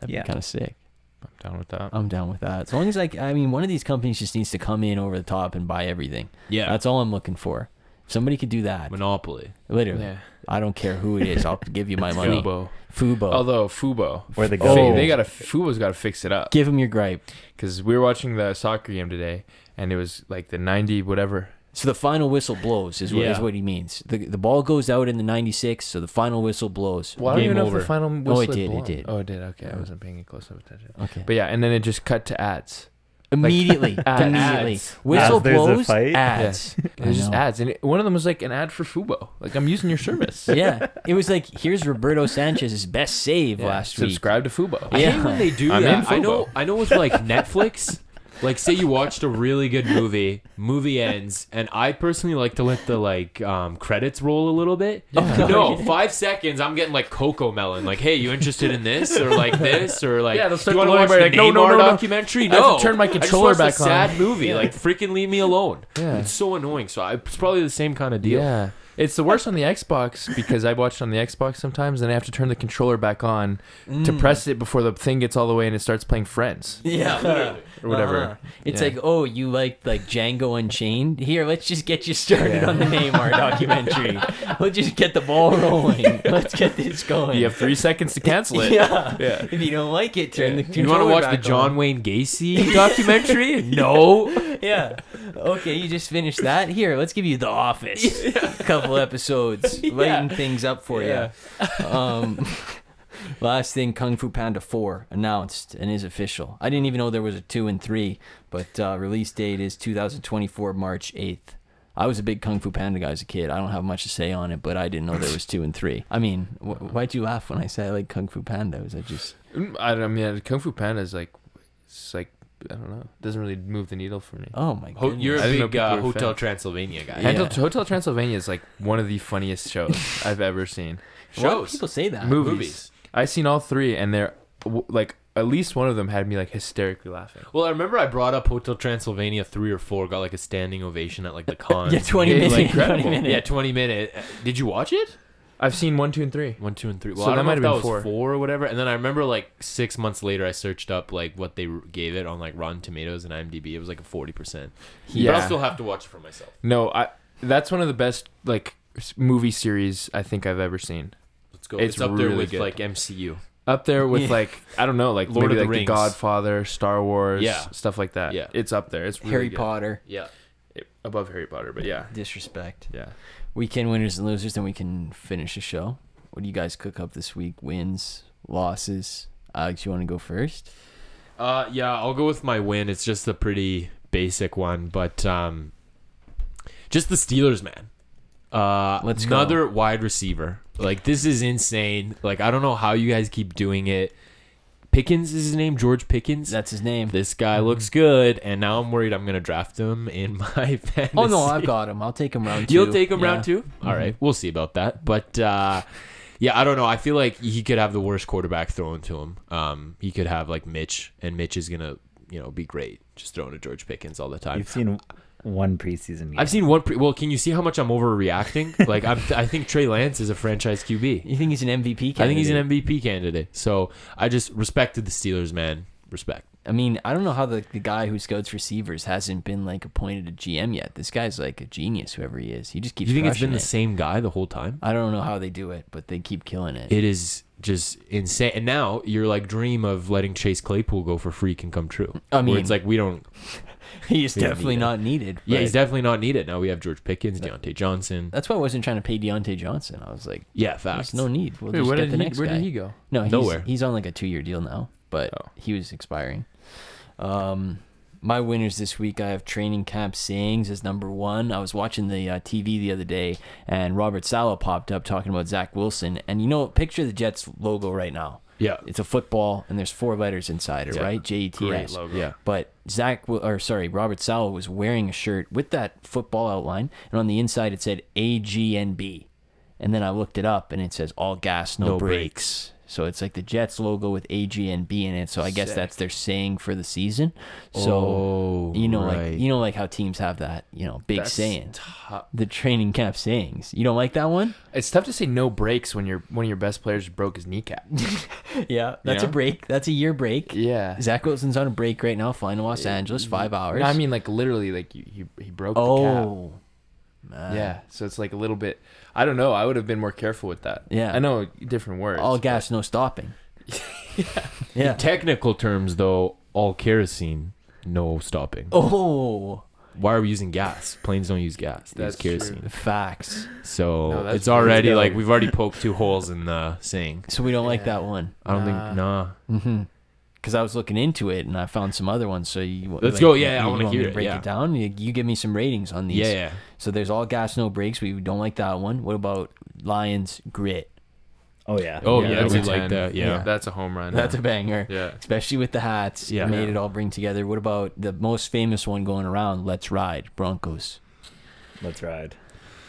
C: That'd
E: Yeah.
C: be kind of sick.
F: I'm down with that.
C: I'm down with that. As long as like I mean, one of these companies just needs to come in over the top and buy everything.
D: Yeah.
C: that's all I'm looking for. If somebody could do that,
D: Monopoly.
C: literally,
F: Yeah.
C: I don't care who it is. I'll give you my money.
F: Fubo.
C: Fubo.
F: Although Fubo,
E: Or the
F: oh,
E: goal.
F: they gotta Fubo's gotta fix it up.
C: Give him your gripe.
F: because we were watching the soccer game today, and it was like the 90 whatever.
C: So the final whistle blows is what is
D: Yeah.
C: what he means. The the ball goes out in the 96, so the final whistle blows.
F: Well, I don't
D: Game
F: even know if
D: over.
F: the final
C: Oh,
F: whistle.
C: it
F: had
C: did, it
F: blown.
C: did.
F: Oh, it did. Okay, I wasn't paying close enough attention.
C: Okay.
F: But yeah, and then it just cut to ads.
C: immediately,
F: ads.
C: immediately,
F: Ads.
C: whistle
E: As there's a
C: blows.
E: fight.
C: Ads.
F: It was just
C: I know.
F: ads, and it, one of them was like an ad for Fubo. Like I'm using your service.
C: yeah, it was like here's Roberto Sanchez's best save
F: Yeah,
C: last week.
F: subscribe to Fubo.
D: I
C: Yeah.
D: hate when they do
F: I'm
D: that.
F: in
D: I know.
F: Fubo.
D: I know with like Netflix, like say you watched a really good movie, movie ends, and I personally like to let the like um, credits roll a little bit. No, five seconds. I'm getting like Coco Melon. Like, hey, you interested in this or like this or like?
F: Yeah, they'll
D: do
F: start
D: you want to
F: blowing
D: watch
F: by,
D: the
F: like, no, no,
D: Neymar
F: no, no.
D: documentary?
F: I have to
D: No,
F: turn my
D: I just
F: controller
D: watched a
F: back on.
D: Sad movie. Like, freaking leave me alone.
F: Yeah.
D: it's so annoying. So I, it's probably the same kind of deal.
F: Yeah. It's the worst on the Xbox because I watched on the Xbox sometimes, and I have to turn the controller back on to
C: Mm.
F: press it before the thing gets all the way and it starts playing Friends
C: Yeah,
F: or whatever.
C: It's
F: Yeah.
C: like, oh, you liked like Django Unchained? Here, let's just get you started on the Neymar documentary. let's just get the ball rolling. Let's get this going.
F: You have three seconds to cancel it.
C: yeah.
F: Yeah.
C: If you don't like it, turn the
D: You want to
C: controller
D: watch the
C: back
D: John
C: on.
D: Wayne Gacy documentary? no.
C: Yeah. Okay, you just finished that. Here, let's give you The Office. A couple episodes, lighten things up for you. Um, last thing, Kung Fu Panda 4 announced and is official. I didn't even know there was a 2 and 3, but uh, release date is 2024, March 8th. I was a big Kung Fu Panda guy as a kid. I don't have much to say on it, but I didn't know there was 2 and 3. I mean, wh- why'd you laugh when I said I like Kung Fu Panda? Was I just.
F: Mm, I, don't, I mean, Kung Fu Panda is like, it's like I don't know, doesn't really move the needle for me.
C: Oh my
D: Ho-
C: god.
D: you're a
F: I didn't know
D: big uh,
F: people were
D: Hotel
F: fans.
D: Transylvania guy.
C: Yeah.
F: Hotel, Hotel Transylvania is like one of the funniest shows I've ever seen.
C: Why do people say that?
F: movies. I've seen all three, and they're w- like at least one of them had me like hysterically laughing.
D: Well, I remember I brought up Hotel Transylvania three or four, got like a standing ovation at like the con.
C: Yeah, 20
D: It was,
C: minute, 20
D: incredible.
C: minute.
D: Yeah, twenty minute. Uh, Did you watch it?
F: I've seen one, two, and three.
D: One, two, and three. Well,
F: So
D: I don't know
F: that
D: if
F: might
D: that
F: have
D: was four.
F: been four.
D: or whatever. And then I remember like six months later, I searched up like what they r- gave it on like Rotten Tomatoes and IMDb. It was like a forty percent. But I'll
F: Yeah.
D: still have to watch it for myself.
F: No, I. That's one of the best like s- movie series I think I've ever seen.
D: Let's Francisco.
F: It's
D: It's, up there
F: really
D: with
F: good.
D: like MCU.
F: up there with
C: Yeah.
F: like I don't know, like
D: Lord
F: maybe
D: of the
F: like
D: Rings.
F: Godfather, Star Wars,
D: Yeah.
F: stuff like that.
D: Yeah.
F: it's up there. It's really
C: Harry
F: good.
C: Potter.
D: Yeah.
F: It- above Harry Potter, but yeah,
C: Disrespect.
F: yeah.
C: Weekend winners and losers, then we can finish the show. What do you guys cook up this week? Wins, losses. Alex, you want to go first?
D: Uh, yeah, I'll go with my win. It's just a pretty basic one, but um, just the Steelers, man. Uh,
C: Let's go.
D: another wide receiver. Like this is insane. Like I don't know how you guys keep doing it. Pickens is his name, George Pickens.
C: That's Mm-hmm. his name.
D: this guy looks good, and now I'm worried I'm gonna draft him in my fantasy.
C: Oh no, I've got him. I'll take him round two.
D: You'll take him
C: Yeah.
D: round 2 All right, we'll see about that. But uh, yeah, I don't know. I feel like he could have the worst quarterback thrown to him. Um, he could have like Mitch, and Mitch is gonna you know be great, just throwing to George Pickens all the time.
E: You've seen one preseason game.
D: I've seen one. Pre- well, can you see how much I'm overreacting? like I'm, I think Trey Lance is a franchise QB.
C: You think he's an MVP? Candidate?
D: I think he's an MVP candidate. So I just respected the Steelers, man. Respect.
C: I mean, I don't know how the, the guy who scouts receivers hasn't been like appointed a GM yet. This guy's like a genius, whoever he is. He just keeps.
D: You think it's
C: crushing
D: been the
C: it.
D: same guy the whole time?
C: I don't know how they do it, but they keep killing it.
D: It is just insane. And now your like dream of letting Chase Claypool go for free can come true.
C: I
D: Where
C: mean-
D: it's like we don't.
C: he is
D: Yeah,
C: definitely
D: yeah.
C: not needed.
D: Yeah,
C: but
D: he's definitely not needed. Now we have George Pickens, Deontay Johnson.
C: That's why I wasn't trying to pay Deontay Johnson. I was like,
D: Yeah,
C: there's
D: facts.
C: no need. We'll just
F: where
C: get
F: did
C: the
F: he-
C: next
F: where did
C: guy.
F: he go?
C: No, he's,
D: Nowhere.
C: He's on like a two-year deal now, but
F: Oh.
C: he was expiring. Um, my winners this week, I have training camp sayings as number one. I was watching the uh, TV the other day, and Robert Sala popped up talking about Zach Wilson. And you know, picture the Jets logo right now.
D: Yeah.
C: it's a football, and there's four letters inside it, right? J E T
F: Great
C: S.
F: logo. Yeah.
C: But Zach, Wil- or sorry, Robert Sala was wearing a shirt with that football outline, and on the inside it said AGNB. And then I looked it up, and it says all gas, no,
D: No
C: brakes. So it's like the Jets logo with AGNB in it. So I guess that's their saying for the season. So
D: Oh,
C: you know,
D: right.
C: like you know, like how teams have that, you know, big saying,
F: tough.
C: the training camp sayings. You don't like that one?
F: It's tough to say no breaks when your one of your best players broke his kneecap.
C: Yeah, that's
F: Yeah.
C: a break. That's a year break.
F: Yeah. Eh,
C: Zach Wilson's on a break right now, flying to Los Angeles, five hours.
F: I mean, like literally, like you, you he broke the
C: oh,
F: cap. Yeah, so it's like a little bit. I don't know. I would have been more careful with that.
C: Yeah.
F: I know different words.
C: all gas, no stopping. yeah.
D: Technical terms though, all kerosene, no stopping.
C: Oh,
D: Why are we using gas? Planes don't use gas. They
F: That's
D: use kerosene.
C: facts.
D: So
F: No, that's
D: it's already
F: really
D: like
F: good.
D: we've already poked two holes in the saying.
C: So we don't like that one
D: I don't think nah.
C: because I was looking into it and I found some other ones. So you wa-
D: Let's go,
C: you-
D: yeah, I
C: you
D: wanna
C: want me
D: hear it,
C: Break
D: yeah.
C: it down. You, you give me some ratings on these.
D: Yeah, yeah.
C: So there's all gas, no breaks. We don't like that one. What about Lions grit?
E: Oh yeah.
D: Oh
F: Yeah,
D: yeah,
F: that's
D: we
F: a
D: like
F: 10.
D: that. Yeah.
F: That's a home run.
C: That's a banger.
F: Yeah.
C: Especially with the hats.
D: Yeah.
C: Yeah. Made
D: Yeah.
C: it all bring together. What about the most famous one going around? Let's ride Broncos.
E: Let's ride.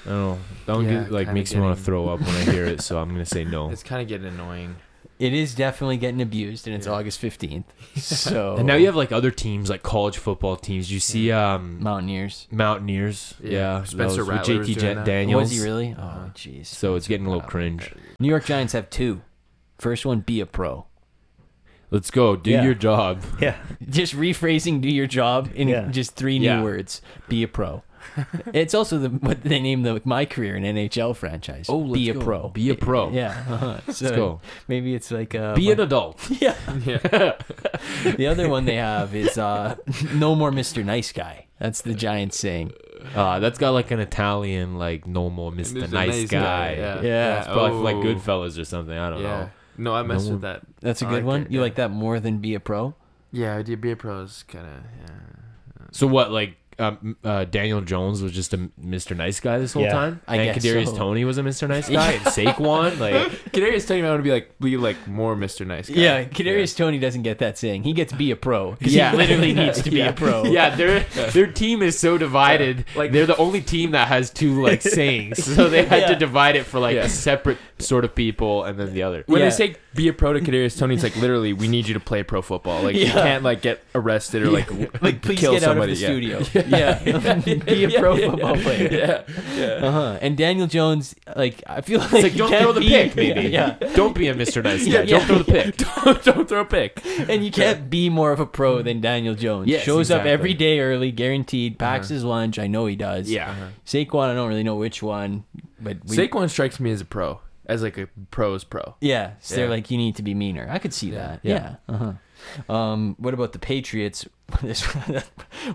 D: I don't know. That one
F: Yeah,
D: get- like
F: kinda
D: makes me want to
F: getting-
D: throw up when I hear it. So I'm gonna say no.
F: It's kind of getting annoying.
C: It is definitely getting abused, and it's August fifteenth. So
D: And now you have like other teams, like college football teams. You see, um,
C: Mountaineers.
D: Mountaineers.
F: Yeah.
D: Yeah,
F: Spencer
D: those with
F: Rattler was
D: JT
F: doing
D: Jan-
F: that.
D: Daniels.
C: Was he really? Oh, jeez.
D: So it's getting a little cringe.
C: New York Giants have two. First one, be a pro.
D: Let's go. Do
E: Yeah.
D: your job.
E: Yeah.
C: Just rephrasing, do your job in
E: Yeah.
C: just three new
D: Yeah.
C: words. Be a pro. it's also the what they name the my career in NHL franchise.
D: Oh, let's
C: be a
D: go.
C: pro.
D: Be a pro.
C: Yeah. uh-huh. So
D: go.
C: Maybe it's like a
D: Be an adult.
C: Yeah. the other one they have is uh, no more Mr. Nice Guy. That's the Giants saying.
D: Uh, that's got like an Italian, like no more Mr.
F: Mr.
D: Nice,
F: Nice
D: Guy.
F: Guy, yeah.
D: It's
C: Yeah.
D: probably from, like
F: Oh.
D: Goodfellas or something. I don't
F: Yeah.
D: know.
F: No, I messed with that.
C: That's a
F: I
C: good
F: liked
C: one.
F: it,
C: You
F: yeah.
C: like that more than be a pro?
F: Yeah, idea beer pros kind of. Yeah.
D: So what? Like um, uh, Daniel Jones was just a Mr. Nice Guy this whole
E: Yeah.
D: time.
C: I
D: and
C: guess
D: Kadarius
C: so.
D: Tony was a Mr. Nice Guy. and Saquon, like
F: Kadarius Tony, I want to be like be like more Mr. Nice. Guy.
C: Yeah, Kadarius Tony doesn't get that saying. He gets be a pro 'cause he literally needs to be a pro.
D: Yeah, their their team is so divided. Like they're the only team that has two like sayings, so they had to
C: Yeah.
D: divide it for like
F: Yeah.
D: a separate sort of people and then the other.
F: When
C: Yeah.
F: they say be a pro to Kadarius Tony, it's like literally we need you to play pro football. Like you
C: Yeah.
F: can't like get arrested or like
C: Like, please
F: kill
C: get
F: somebody.
C: out of the
F: yeah.
C: studio. Yeah, be a pro football player. Uh huh. And Daniel Jones, like, I feel like,
D: It's like
C: he
D: don't
C: can't
D: throw the
C: be-
D: pick, maybe.
C: Yeah,
D: Don't be a Mr. Nice Guy.
C: Yeah,
D: Don't
C: yeah.
D: throw the pick.
F: Don't throw a pick.
C: and you can't be more of a pro than Daniel Jones.
D: Yes,
C: Shows
D: exactly.
C: up every day early, guaranteed. Packs his lunch. I know he does.
D: Yeah.
C: Saquon, I don't really know which one, but we,
F: Saquon strikes me as a pro. as like a pro's pro.
C: Yeah, so they're
F: Yeah.
C: like, you need to be meaner. I could see that. Yeah.
F: Yeah.
C: Uh-huh. Um, what about the Patriots?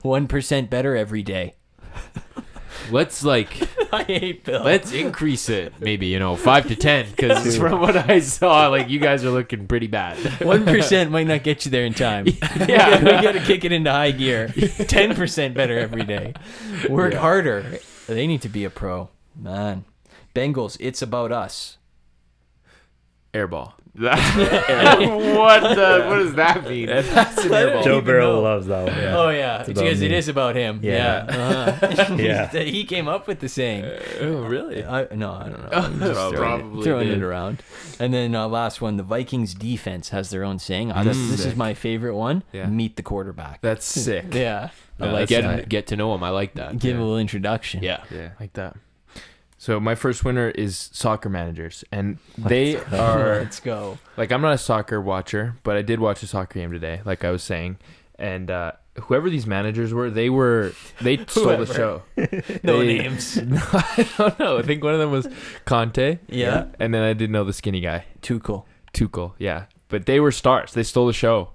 C: One percent better every day.
D: Let's like
C: I hate Bill.
D: let's increase it maybe you know five to ten because from what I saw, like you guys are looking pretty bad.
C: One percent might not get you there in time. yeah, we got to kick it into high gear. Ten percent better every day. Work harder. They need to be a pro, man. Bengals, it's about us.
F: Airball.
D: what the? What does that mean?
F: That's an airball.
E: Joe Burrow loves that one. Yeah.
C: Oh yeah,
E: about
C: because it
E: me.
C: is about him.
E: Yeah.
C: Uh-huh.
E: Yeah.
C: he came up with the saying.
F: Oh, really?
C: I, no, I don't know. I'm just
D: Probably.
C: throwing, it,
D: Probably
C: throwing it
D: did.
C: around. And then uh, last one, the Vikings defense has their own saying. Uh, this, this is my favorite one.
F: Yeah.
C: Meet the quarterback.
F: That's sick.
C: yeah, I
D: Yeah,
C: like
D: get
C: that.
D: get to know him. I like that.
C: Give a little introduction.
D: yeah.
F: Yeah. Like that. So my first winner is soccer managers, and they are
C: Let's go.
F: like I'm not a soccer watcher, but I did watch a soccer game today, like I was saying, and uh, whoever these managers were, they were they stole the show.
C: No
F: They-
C: names.
F: No, I don't know. I think one of them was Conte.
C: Yeah.
F: and then I didn't know the skinny guy.
C: Too cool.
F: Tuchel, yeah. But they were stars. They stole the show.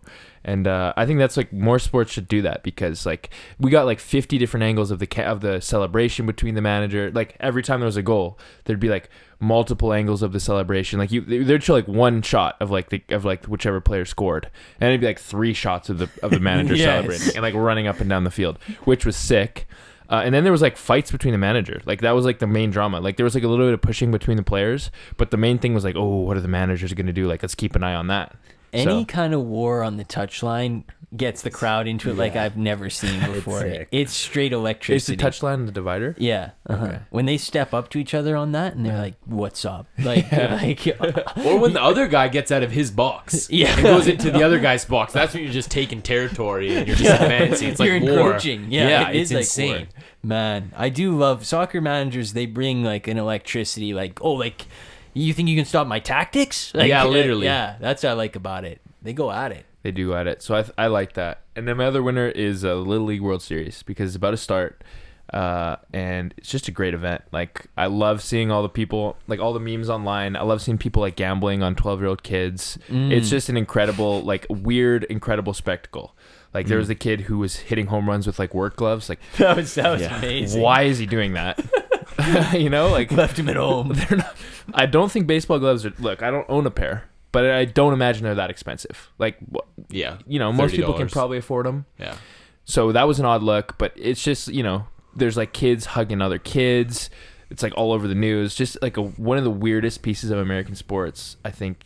F: And uh, I think that's like more sports should do that because like we got like 50 different angles of the ca- of the celebration between the manager. Like every time there was a goal, there'd be like multiple angles of the celebration. Like you, they'd show like one shot of like the of like whichever player scored, and it'd be like three shots of the of the manager
C: Yes.
F: celebrating and like running up and down the field, which was sick. Uh, and then there was like fights between the manager. Like that was like the main drama. Like there was like a little bit of pushing between the players, but the main thing was like, oh, what are the managers going to do? Like let's keep an eye on that.
C: Any
F: So-
C: kind of war on the touchline gets the crowd into it like I've never seen before. It's,
E: sick.
C: straight
F: Is
C: electricity.
F: the touchline and the divider?
C: Yeah. Uh-huh. When they step up to each other on that and they're like, "What's up?" Like, like
D: Or when the other guy gets out of his box
C: Yeah.
D: and goes into the other guy's box, that's when you're just taking territory and you're just advancing. It's like
C: you're
D: war.
C: encroaching. Yeah, it
D: it's
C: is like
D: insane.
C: war. Man, I do love soccer managers. They bring like an electricity. Like, oh, like you think you can stop my tactics? Like, uh,
D: Yeah, literally.
C: Yeah, that's what I like about it. They go at it.
F: They do at it. So I, I like that. And then my other winner is a Little League World Series because it's about to start. Uh, and it's just a great event. Like I love seeing all the people, like all the memes online. I love seeing people like gambling on twelve year old kids. It's just an incredible, like weird, incredible spectacle. Like there was the kid who was hitting home runs with like work gloves. Like
C: That was that was
F: why is he doing that? you know, like
C: Left him at home.
F: they're not. I don't think baseball gloves are. Look, I don't own a pair, but I don't imagine they're that expensive. Like, wh-
D: Yeah.
F: you know, most people can
D: $30.
F: probably afford them.
D: Yeah.
F: So that was an odd look, but it's just you know, there's like kids hugging other kids. It's like all over the news. Just like a, one of the weirdest pieces of American sports, I think,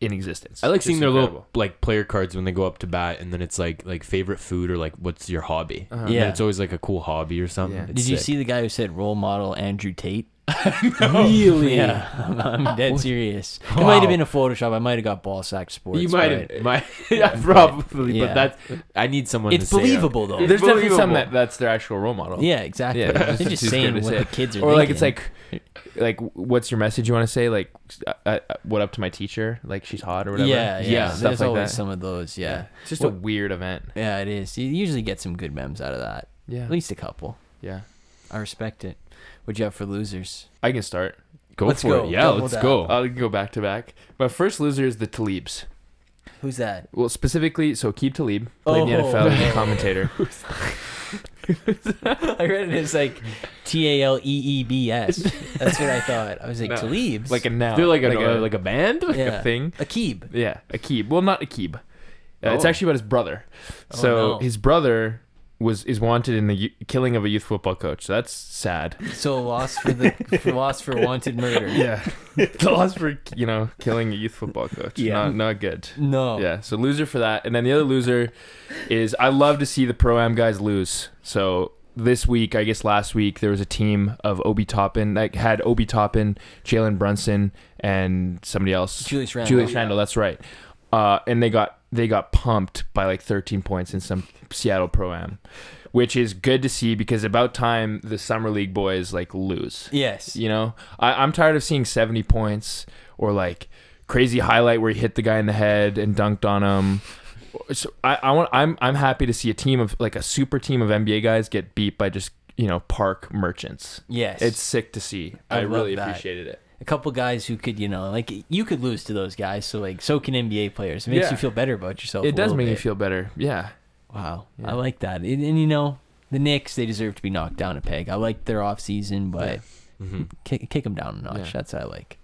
F: in existence.
D: I like
F: Just
D: seeing their little
F: incredible.
D: like player cards when they go up to bat, and then it's like like favorite food or like what's your hobby. And
C: Uh-huh. Yeah.
D: it's always like a cool hobby or something.
F: Yeah.
D: It's
C: Did you
D: sick.
C: see the guy who said role model Andrew Tate? Really? Yeah, I'm, I'm dead serious. It might have been a Photoshop. I might have got ball sack sports.
D: You might
C: but
D: have, might, yeah, probably,
C: Yeah.
D: but that's. I need someone.
C: It's
D: to say that.
C: believable though.
F: There's definitely some
D: Unbelievable.
F: that that's their actual role model.
C: Yeah, exactly.
F: Yeah,
C: They're
F: it's
C: just,
F: just easy
C: saying
F: to
C: what
F: say.
C: the kids are
F: or like it's
C: thinking.
F: like like what's your message you want to say like uh, uh, what up to my teacher like she's hot or whatever
C: Yeah, yeah.
F: stuff
C: There's
F: like
C: always
F: that
C: some of those. Yeah.
F: it's just
C: Well-
F: a weird event
C: yeah, it is. You usually get some good memes out of that.
F: yeah
C: At least a couple.
F: yeah
C: I respect it. What you have for losers?
F: I can start
D: Go
C: Let's
D: for
C: go.
D: it. Yeah,
C: Double
D: let's
C: down.
D: go.
F: I'll go back to back my first loser is the Talibs
C: Who's that?
F: well specifically so Keeb Talib played in the
C: Oh.
F: NFL as a commentator
C: I read it as like T A L E E B S. That's what I thought. I was like
F: No,
C: Talibs.
F: like a noun
D: They're like a
F: like a,
D: like a band.
C: yeah.
F: thing.
C: Akib.
F: Yeah, Akib. Well, not Akib. Uh, It's
D: Oh.
F: actually about his brother. So
C: Oh, no.
F: his brother was is wanted in the y- killing of a youth football coach. So that's sad.
C: So lost for the for lost for wanted murder.
F: Yeah, the loss for you know killing a youth football coach.
E: Yeah.
F: not, not good.
C: No.
F: Yeah, so loser for that, and then the other loser is I love to see the pro am guys lose. So this week, I guess last week, there was a team of Obi Toppin that had Obi Toppin, Jalen Brunson, and somebody else,
C: Julius Randle.
F: Julius Randle, that's right. Uh, and they got they got pumped by like 13 points in some Seattle pro am, which is good to see because about time the summer league boys like lose.
C: Yes.
F: You know, I, I'm tired of seeing 70 points or like crazy highlight where he hit the guy in the head and dunked on him. So I, I want I'm I'm happy to see a team of like a super team of NBA guys get beat by just you know park merchants.
C: Yes.
F: It's sick to see.
C: I
F: I,
C: love
F: really
C: that.
F: appreciated it.
C: a couple guys who could, you know, like you could lose to those guys. So like, so can NBA players. It makes
F: Yeah.
C: you feel better about yourself. a
F: It does
C: little
F: make me
C: bit.
F: feel better. Yeah.
C: Wow,
F: Yeah.
C: I like that. And, and you know, the Knicks they deserve to be knocked down a peg. I like their off season, but kick, kick them down a notch.
F: Mm-hmm. Yeah.
C: That's what I like.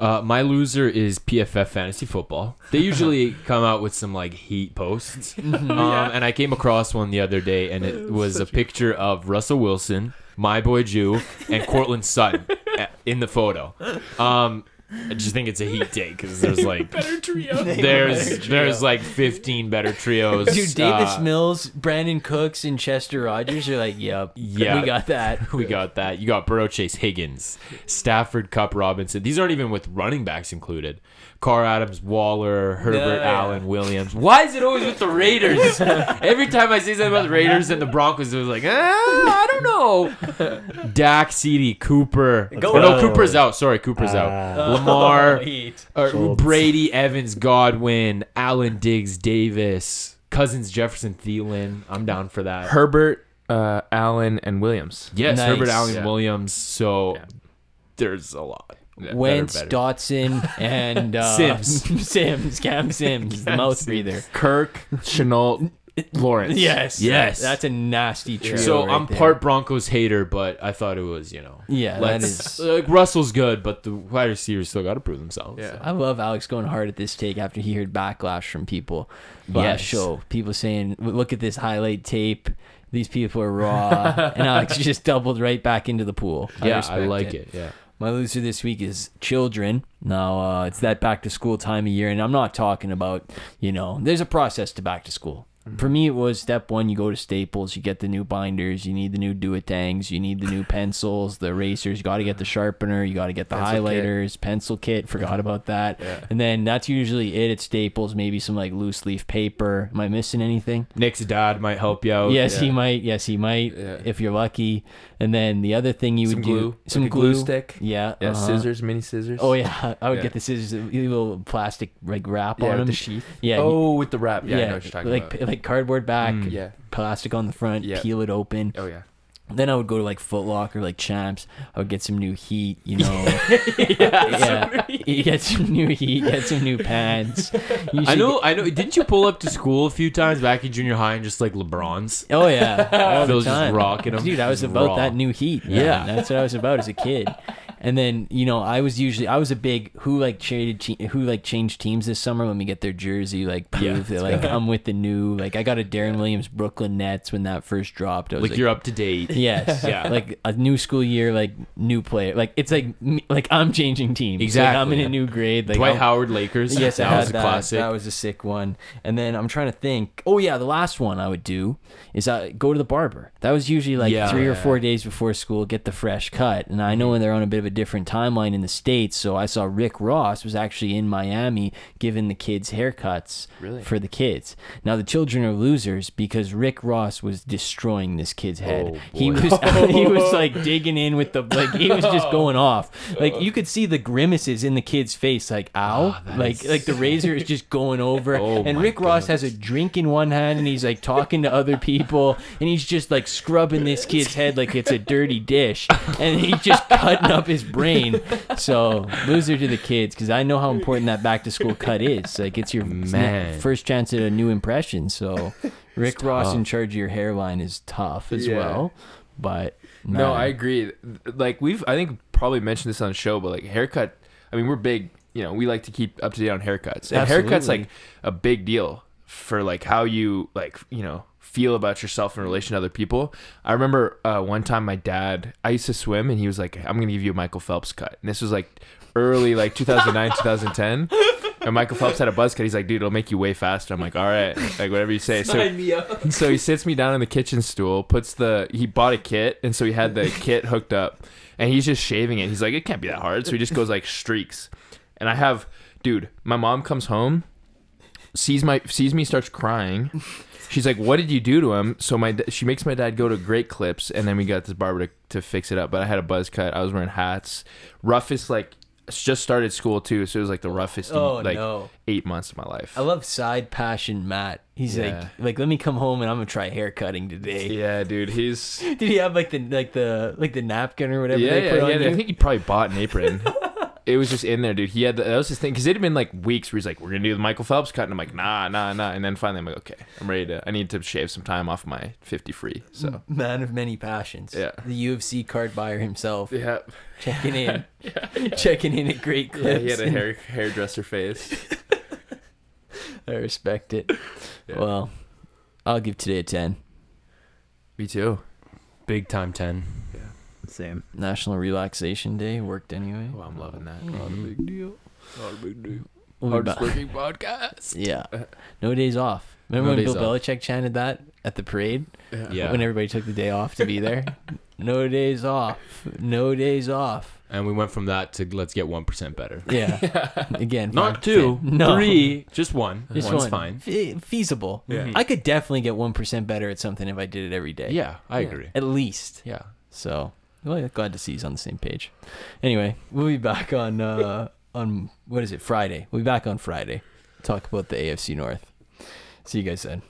D: Uh, my loser is PFF fantasy football. They usually come out with some like heat posts, um, and I came across one the other day, and it was a picture of Russell Wilson, my boy Jew, and Cortland Sutton a- in the photo. Um, I just think it's a heat day because there's like there's there's like 15 better trios.
C: Dude, Davis
D: Uh,
C: Mills, Brandon Cooks, and Chester Rogers are like, yep,
D: Yeah.
C: we got that.
D: We got that. You got Burrow, Chase, Higgins, Stafford, Cup, Robinson. These aren't even with running backs included. Carr, Adams, Waller, Herbert,
C: Yeah.
D: Allen, Williams. Why is it always with the Raiders? Every time I see something about the Raiders and the Broncos, it was like, ah, I don't know. Dak, CD, Cooper.
C: Go
D: Or no,
C: on.
D: Cooper's out. Sorry, Cooper's out. Lamar,
C: Heat.
D: or
E: Schultz.
D: Brady, Evans, Godwin, Allen, Diggs, Davis, Cousins, Jefferson, Thielen. I'm down for that.
F: Herbert, uh, Allen, and Williams.
D: Yes,
C: Nice.
D: Herbert Allen
F: Yeah.
D: Williams. So
F: Yeah.
D: there's a lot. that-
C: Wentz,
D: that are better.
C: Dotson, and uh,
D: Sims.
C: Sims, Cam Sims, the mouth breather.
D: Kirk.
F: Chenault, Lawrence.
C: Yes,
D: Yes.
C: that's a nasty trio.
D: So
C: right
D: I'm
C: there.
D: part Broncos hater, but I thought it was you know.
C: Yeah, that
D: let's
C: is-
D: like Russell's good, but the wide receivers still got to prove themselves.
F: Yeah.
D: so.
C: I love Alex going hard at this take after he heard backlash from people. Last
D: Yes.
C: show, people saying, "W- "Look at this highlight tape. These people are raw." and Alex just doubled right back into the pool.
D: yeah, I
C: respect
D: like it. Yeah.
C: My loser this week is children. Now uh, it's that back to school time of year, and I'm not talking about you know. There's a process to back to school.
F: Mm-hmm.
C: For me, it was step one: you go to Staples, you get the new binders, you need the new Duotangs, you need the new pencils, the erasers. You got to get the sharpener, you got to get the
F: Pencil kit.
C: highlighters, pencil kit. Forgot about that. And then that's usually it at Staples. Maybe some like loose leaf paper. Am I missing anything?
D: Nick's dad might help
F: Oh,
D: you out.
C: yes, he might. Yes, he might. If you're lucky. And then the other thing you
F: Some
C: would
F: glue.
C: do some
F: Like a glue stick.
C: Yeah,
F: Yeah,
C: uh-huh.
F: scissors, mini scissors.
C: Oh yeah, I would
F: Yeah.
C: get the scissors, a little plastic like wrap
F: Yeah,
C: on
F: with
C: them.
F: the sheath.
C: Yeah. you-
F: Oh, with the wrap. Yeah, I know what you're talking
C: like
F: about.
C: p- like cardboard back,
D: Mm.
F: Yeah.
C: plastic on the front,
F: Yeah.
C: peel it open.
F: Oh yeah.
C: Then I would go to like Foot Locker, like Champs. I would get some new heat, you know. yeah, You get some new heat, get some new pants. You
D: I
C: should
D: know. I know. Didn't you pull up to school a few times back in junior high and just like LeBron's?
C: Oh yeah, all the
D: Phil's just
C: time.
D: rocking 'em.
C: Dude, I was
D: Just
C: about
D: raw.
C: that new heat.
D: Yeah.
C: that's what I was about as a kid. And then you know I was usually I was a big who like traded who like changed teams this summer. Let me get their jersey like prove that like I'm with the new like I got a Darren Williams Brooklyn Nets when that first dropped. I was
D: Like,
C: like,
D: you're up to date.
C: Yes.
D: Yeah.
C: Like a new school year, like new player. Like it's like me- like I'm changing teams. Like, I'm
D: Exactly.
C: in a new grade. Like
D: Dwight
C: I'm-
D: Howard Lakers.
C: Yes, I
D: that
C: had
D: was a
C: that.
D: classic.
C: That was a sick one. And then I'm trying to think. Oh yeah, the last one I would do is I go to the barber. That was usually like
D: Yeah. Mm-hmm.
C: three or four days before school, get the fresh cut. And I know they're on a bit of a different timeline in the states. So I saw Rick Ross was actually in Miami giving the kids haircuts for the kids. Now the children are losers because Rick Ross was destroying this kid's
D: Oh,
C: head. he was he was like digging in with the like he was just going off. Like you could see the grimaces in the kid's face, like ow,
D: Ah,
C: like like the razor is just going over.
D: Oh
C: and
D: my
C: Rick Ross has a drink in one hand and he's like talking to other people and he's just like scrubbing this kid's head like it's a dirty dish and he's just cutting up his brain. So loser to the kids because I know how important that back to school cut is. Like it's your
D: Man.
C: first chance at a new impression. So Rick Ross in charge of your hairline is tough as
F: Yeah.
C: well. But
F: No,
C: man.
F: I agree. Like we've, I think probably mentioned this on the show, but like haircut. I mean, we're big. You know, we like to keep up to date on haircuts, and haircuts
C: Absolutely.
F: like a big deal for like how you like you know feel about yourself in relation to other people. I remember uh, one time my dad. I used to swim, and he was like, "I'm gonna give you a Michael Phelps cut," and this was like early like 2009, 2010. And Michael Phelps had a buzz cut. He's like, dude, it'll make you way faster. I'm like, all right, like whatever you say. So so he sits me down on the kitchen stool, puts the he bought a kit, and so he had the kit hooked up, and he's just shaving it. He's like, it can't be that hard. So he just goes like streaks, and I have, dude, my mom comes home, sees my sees me, starts crying. She's like, "What did you do to him?" So my da- she makes my dad go to Great Clips, and then we got this barber to, to fix it up. But I had a buzz cut. I was wearing hats. Roughest like just started school too, so it was like the roughest
C: Oh,
F: like
C: no.
F: eight months of my life.
C: I love side passion Matt. He's
F: Yeah.
C: like like let me come home and I'm gonna try haircutting today.
F: yeah, dude, he's
C: Did he have like the like the like the napkin or whatever
F: Yeah,
C: they put
F: yeah,
C: on
F: yeah.
C: you?
F: I think he probably bought an apron. it was just in there, dude. He had the, that was his thing because it had been like weeks where he's like, "We're gonna do the Michael Phelps cut," and I'm like, "Nah, nah, nah." And then finally, I'm like, "Okay, I'm ready to. I need to shave some time off my 50 free."
C: Mm.
F: So
C: Man of many passions.
F: Yeah.
C: The UFC card buyer himself.
F: yeah,
C: Checking in. Checking in at great
F: yeah,
C: clips.
F: he had a
C: and-
F: hair hairdresser face.
C: I respect it.
F: Yeah.
C: Well, I'll give today a 10.
F: Me too.
D: Big time 10.
E: Same.
C: National Relaxation Day worked anyway.
F: Well, I'm loving that.
C: Mhm.
F: deal. Not a big deal.
C: We'll be
F: Hardest
C: back.
F: working podcast.
C: Yeah. No days off. Remember
F: No
C: when
F: days
C: Bill
F: off.
C: Belichick chanted that at the parade?
D: Yeah.
C: When everybody took the day off to be there? no days off. No days off.
D: And we went from that to let's get 1% better.
C: Yeah. Again,
D: Not
C: fine.
D: two,
C: No.
D: three, just one.
C: Just
D: One's
C: one.
D: fine.
C: Fe- feasible.
D: Yeah.
C: I could definitely get 1% better at something if I did it every day.
D: Yeah, I agree.
C: At least.
D: Yeah.
C: So, well, yeah, glad to see he's on the same page. Anyway, we'll be back on uh, on what is it Friday? We'll be back on Friday. Talk about the AFC North. See you guys then.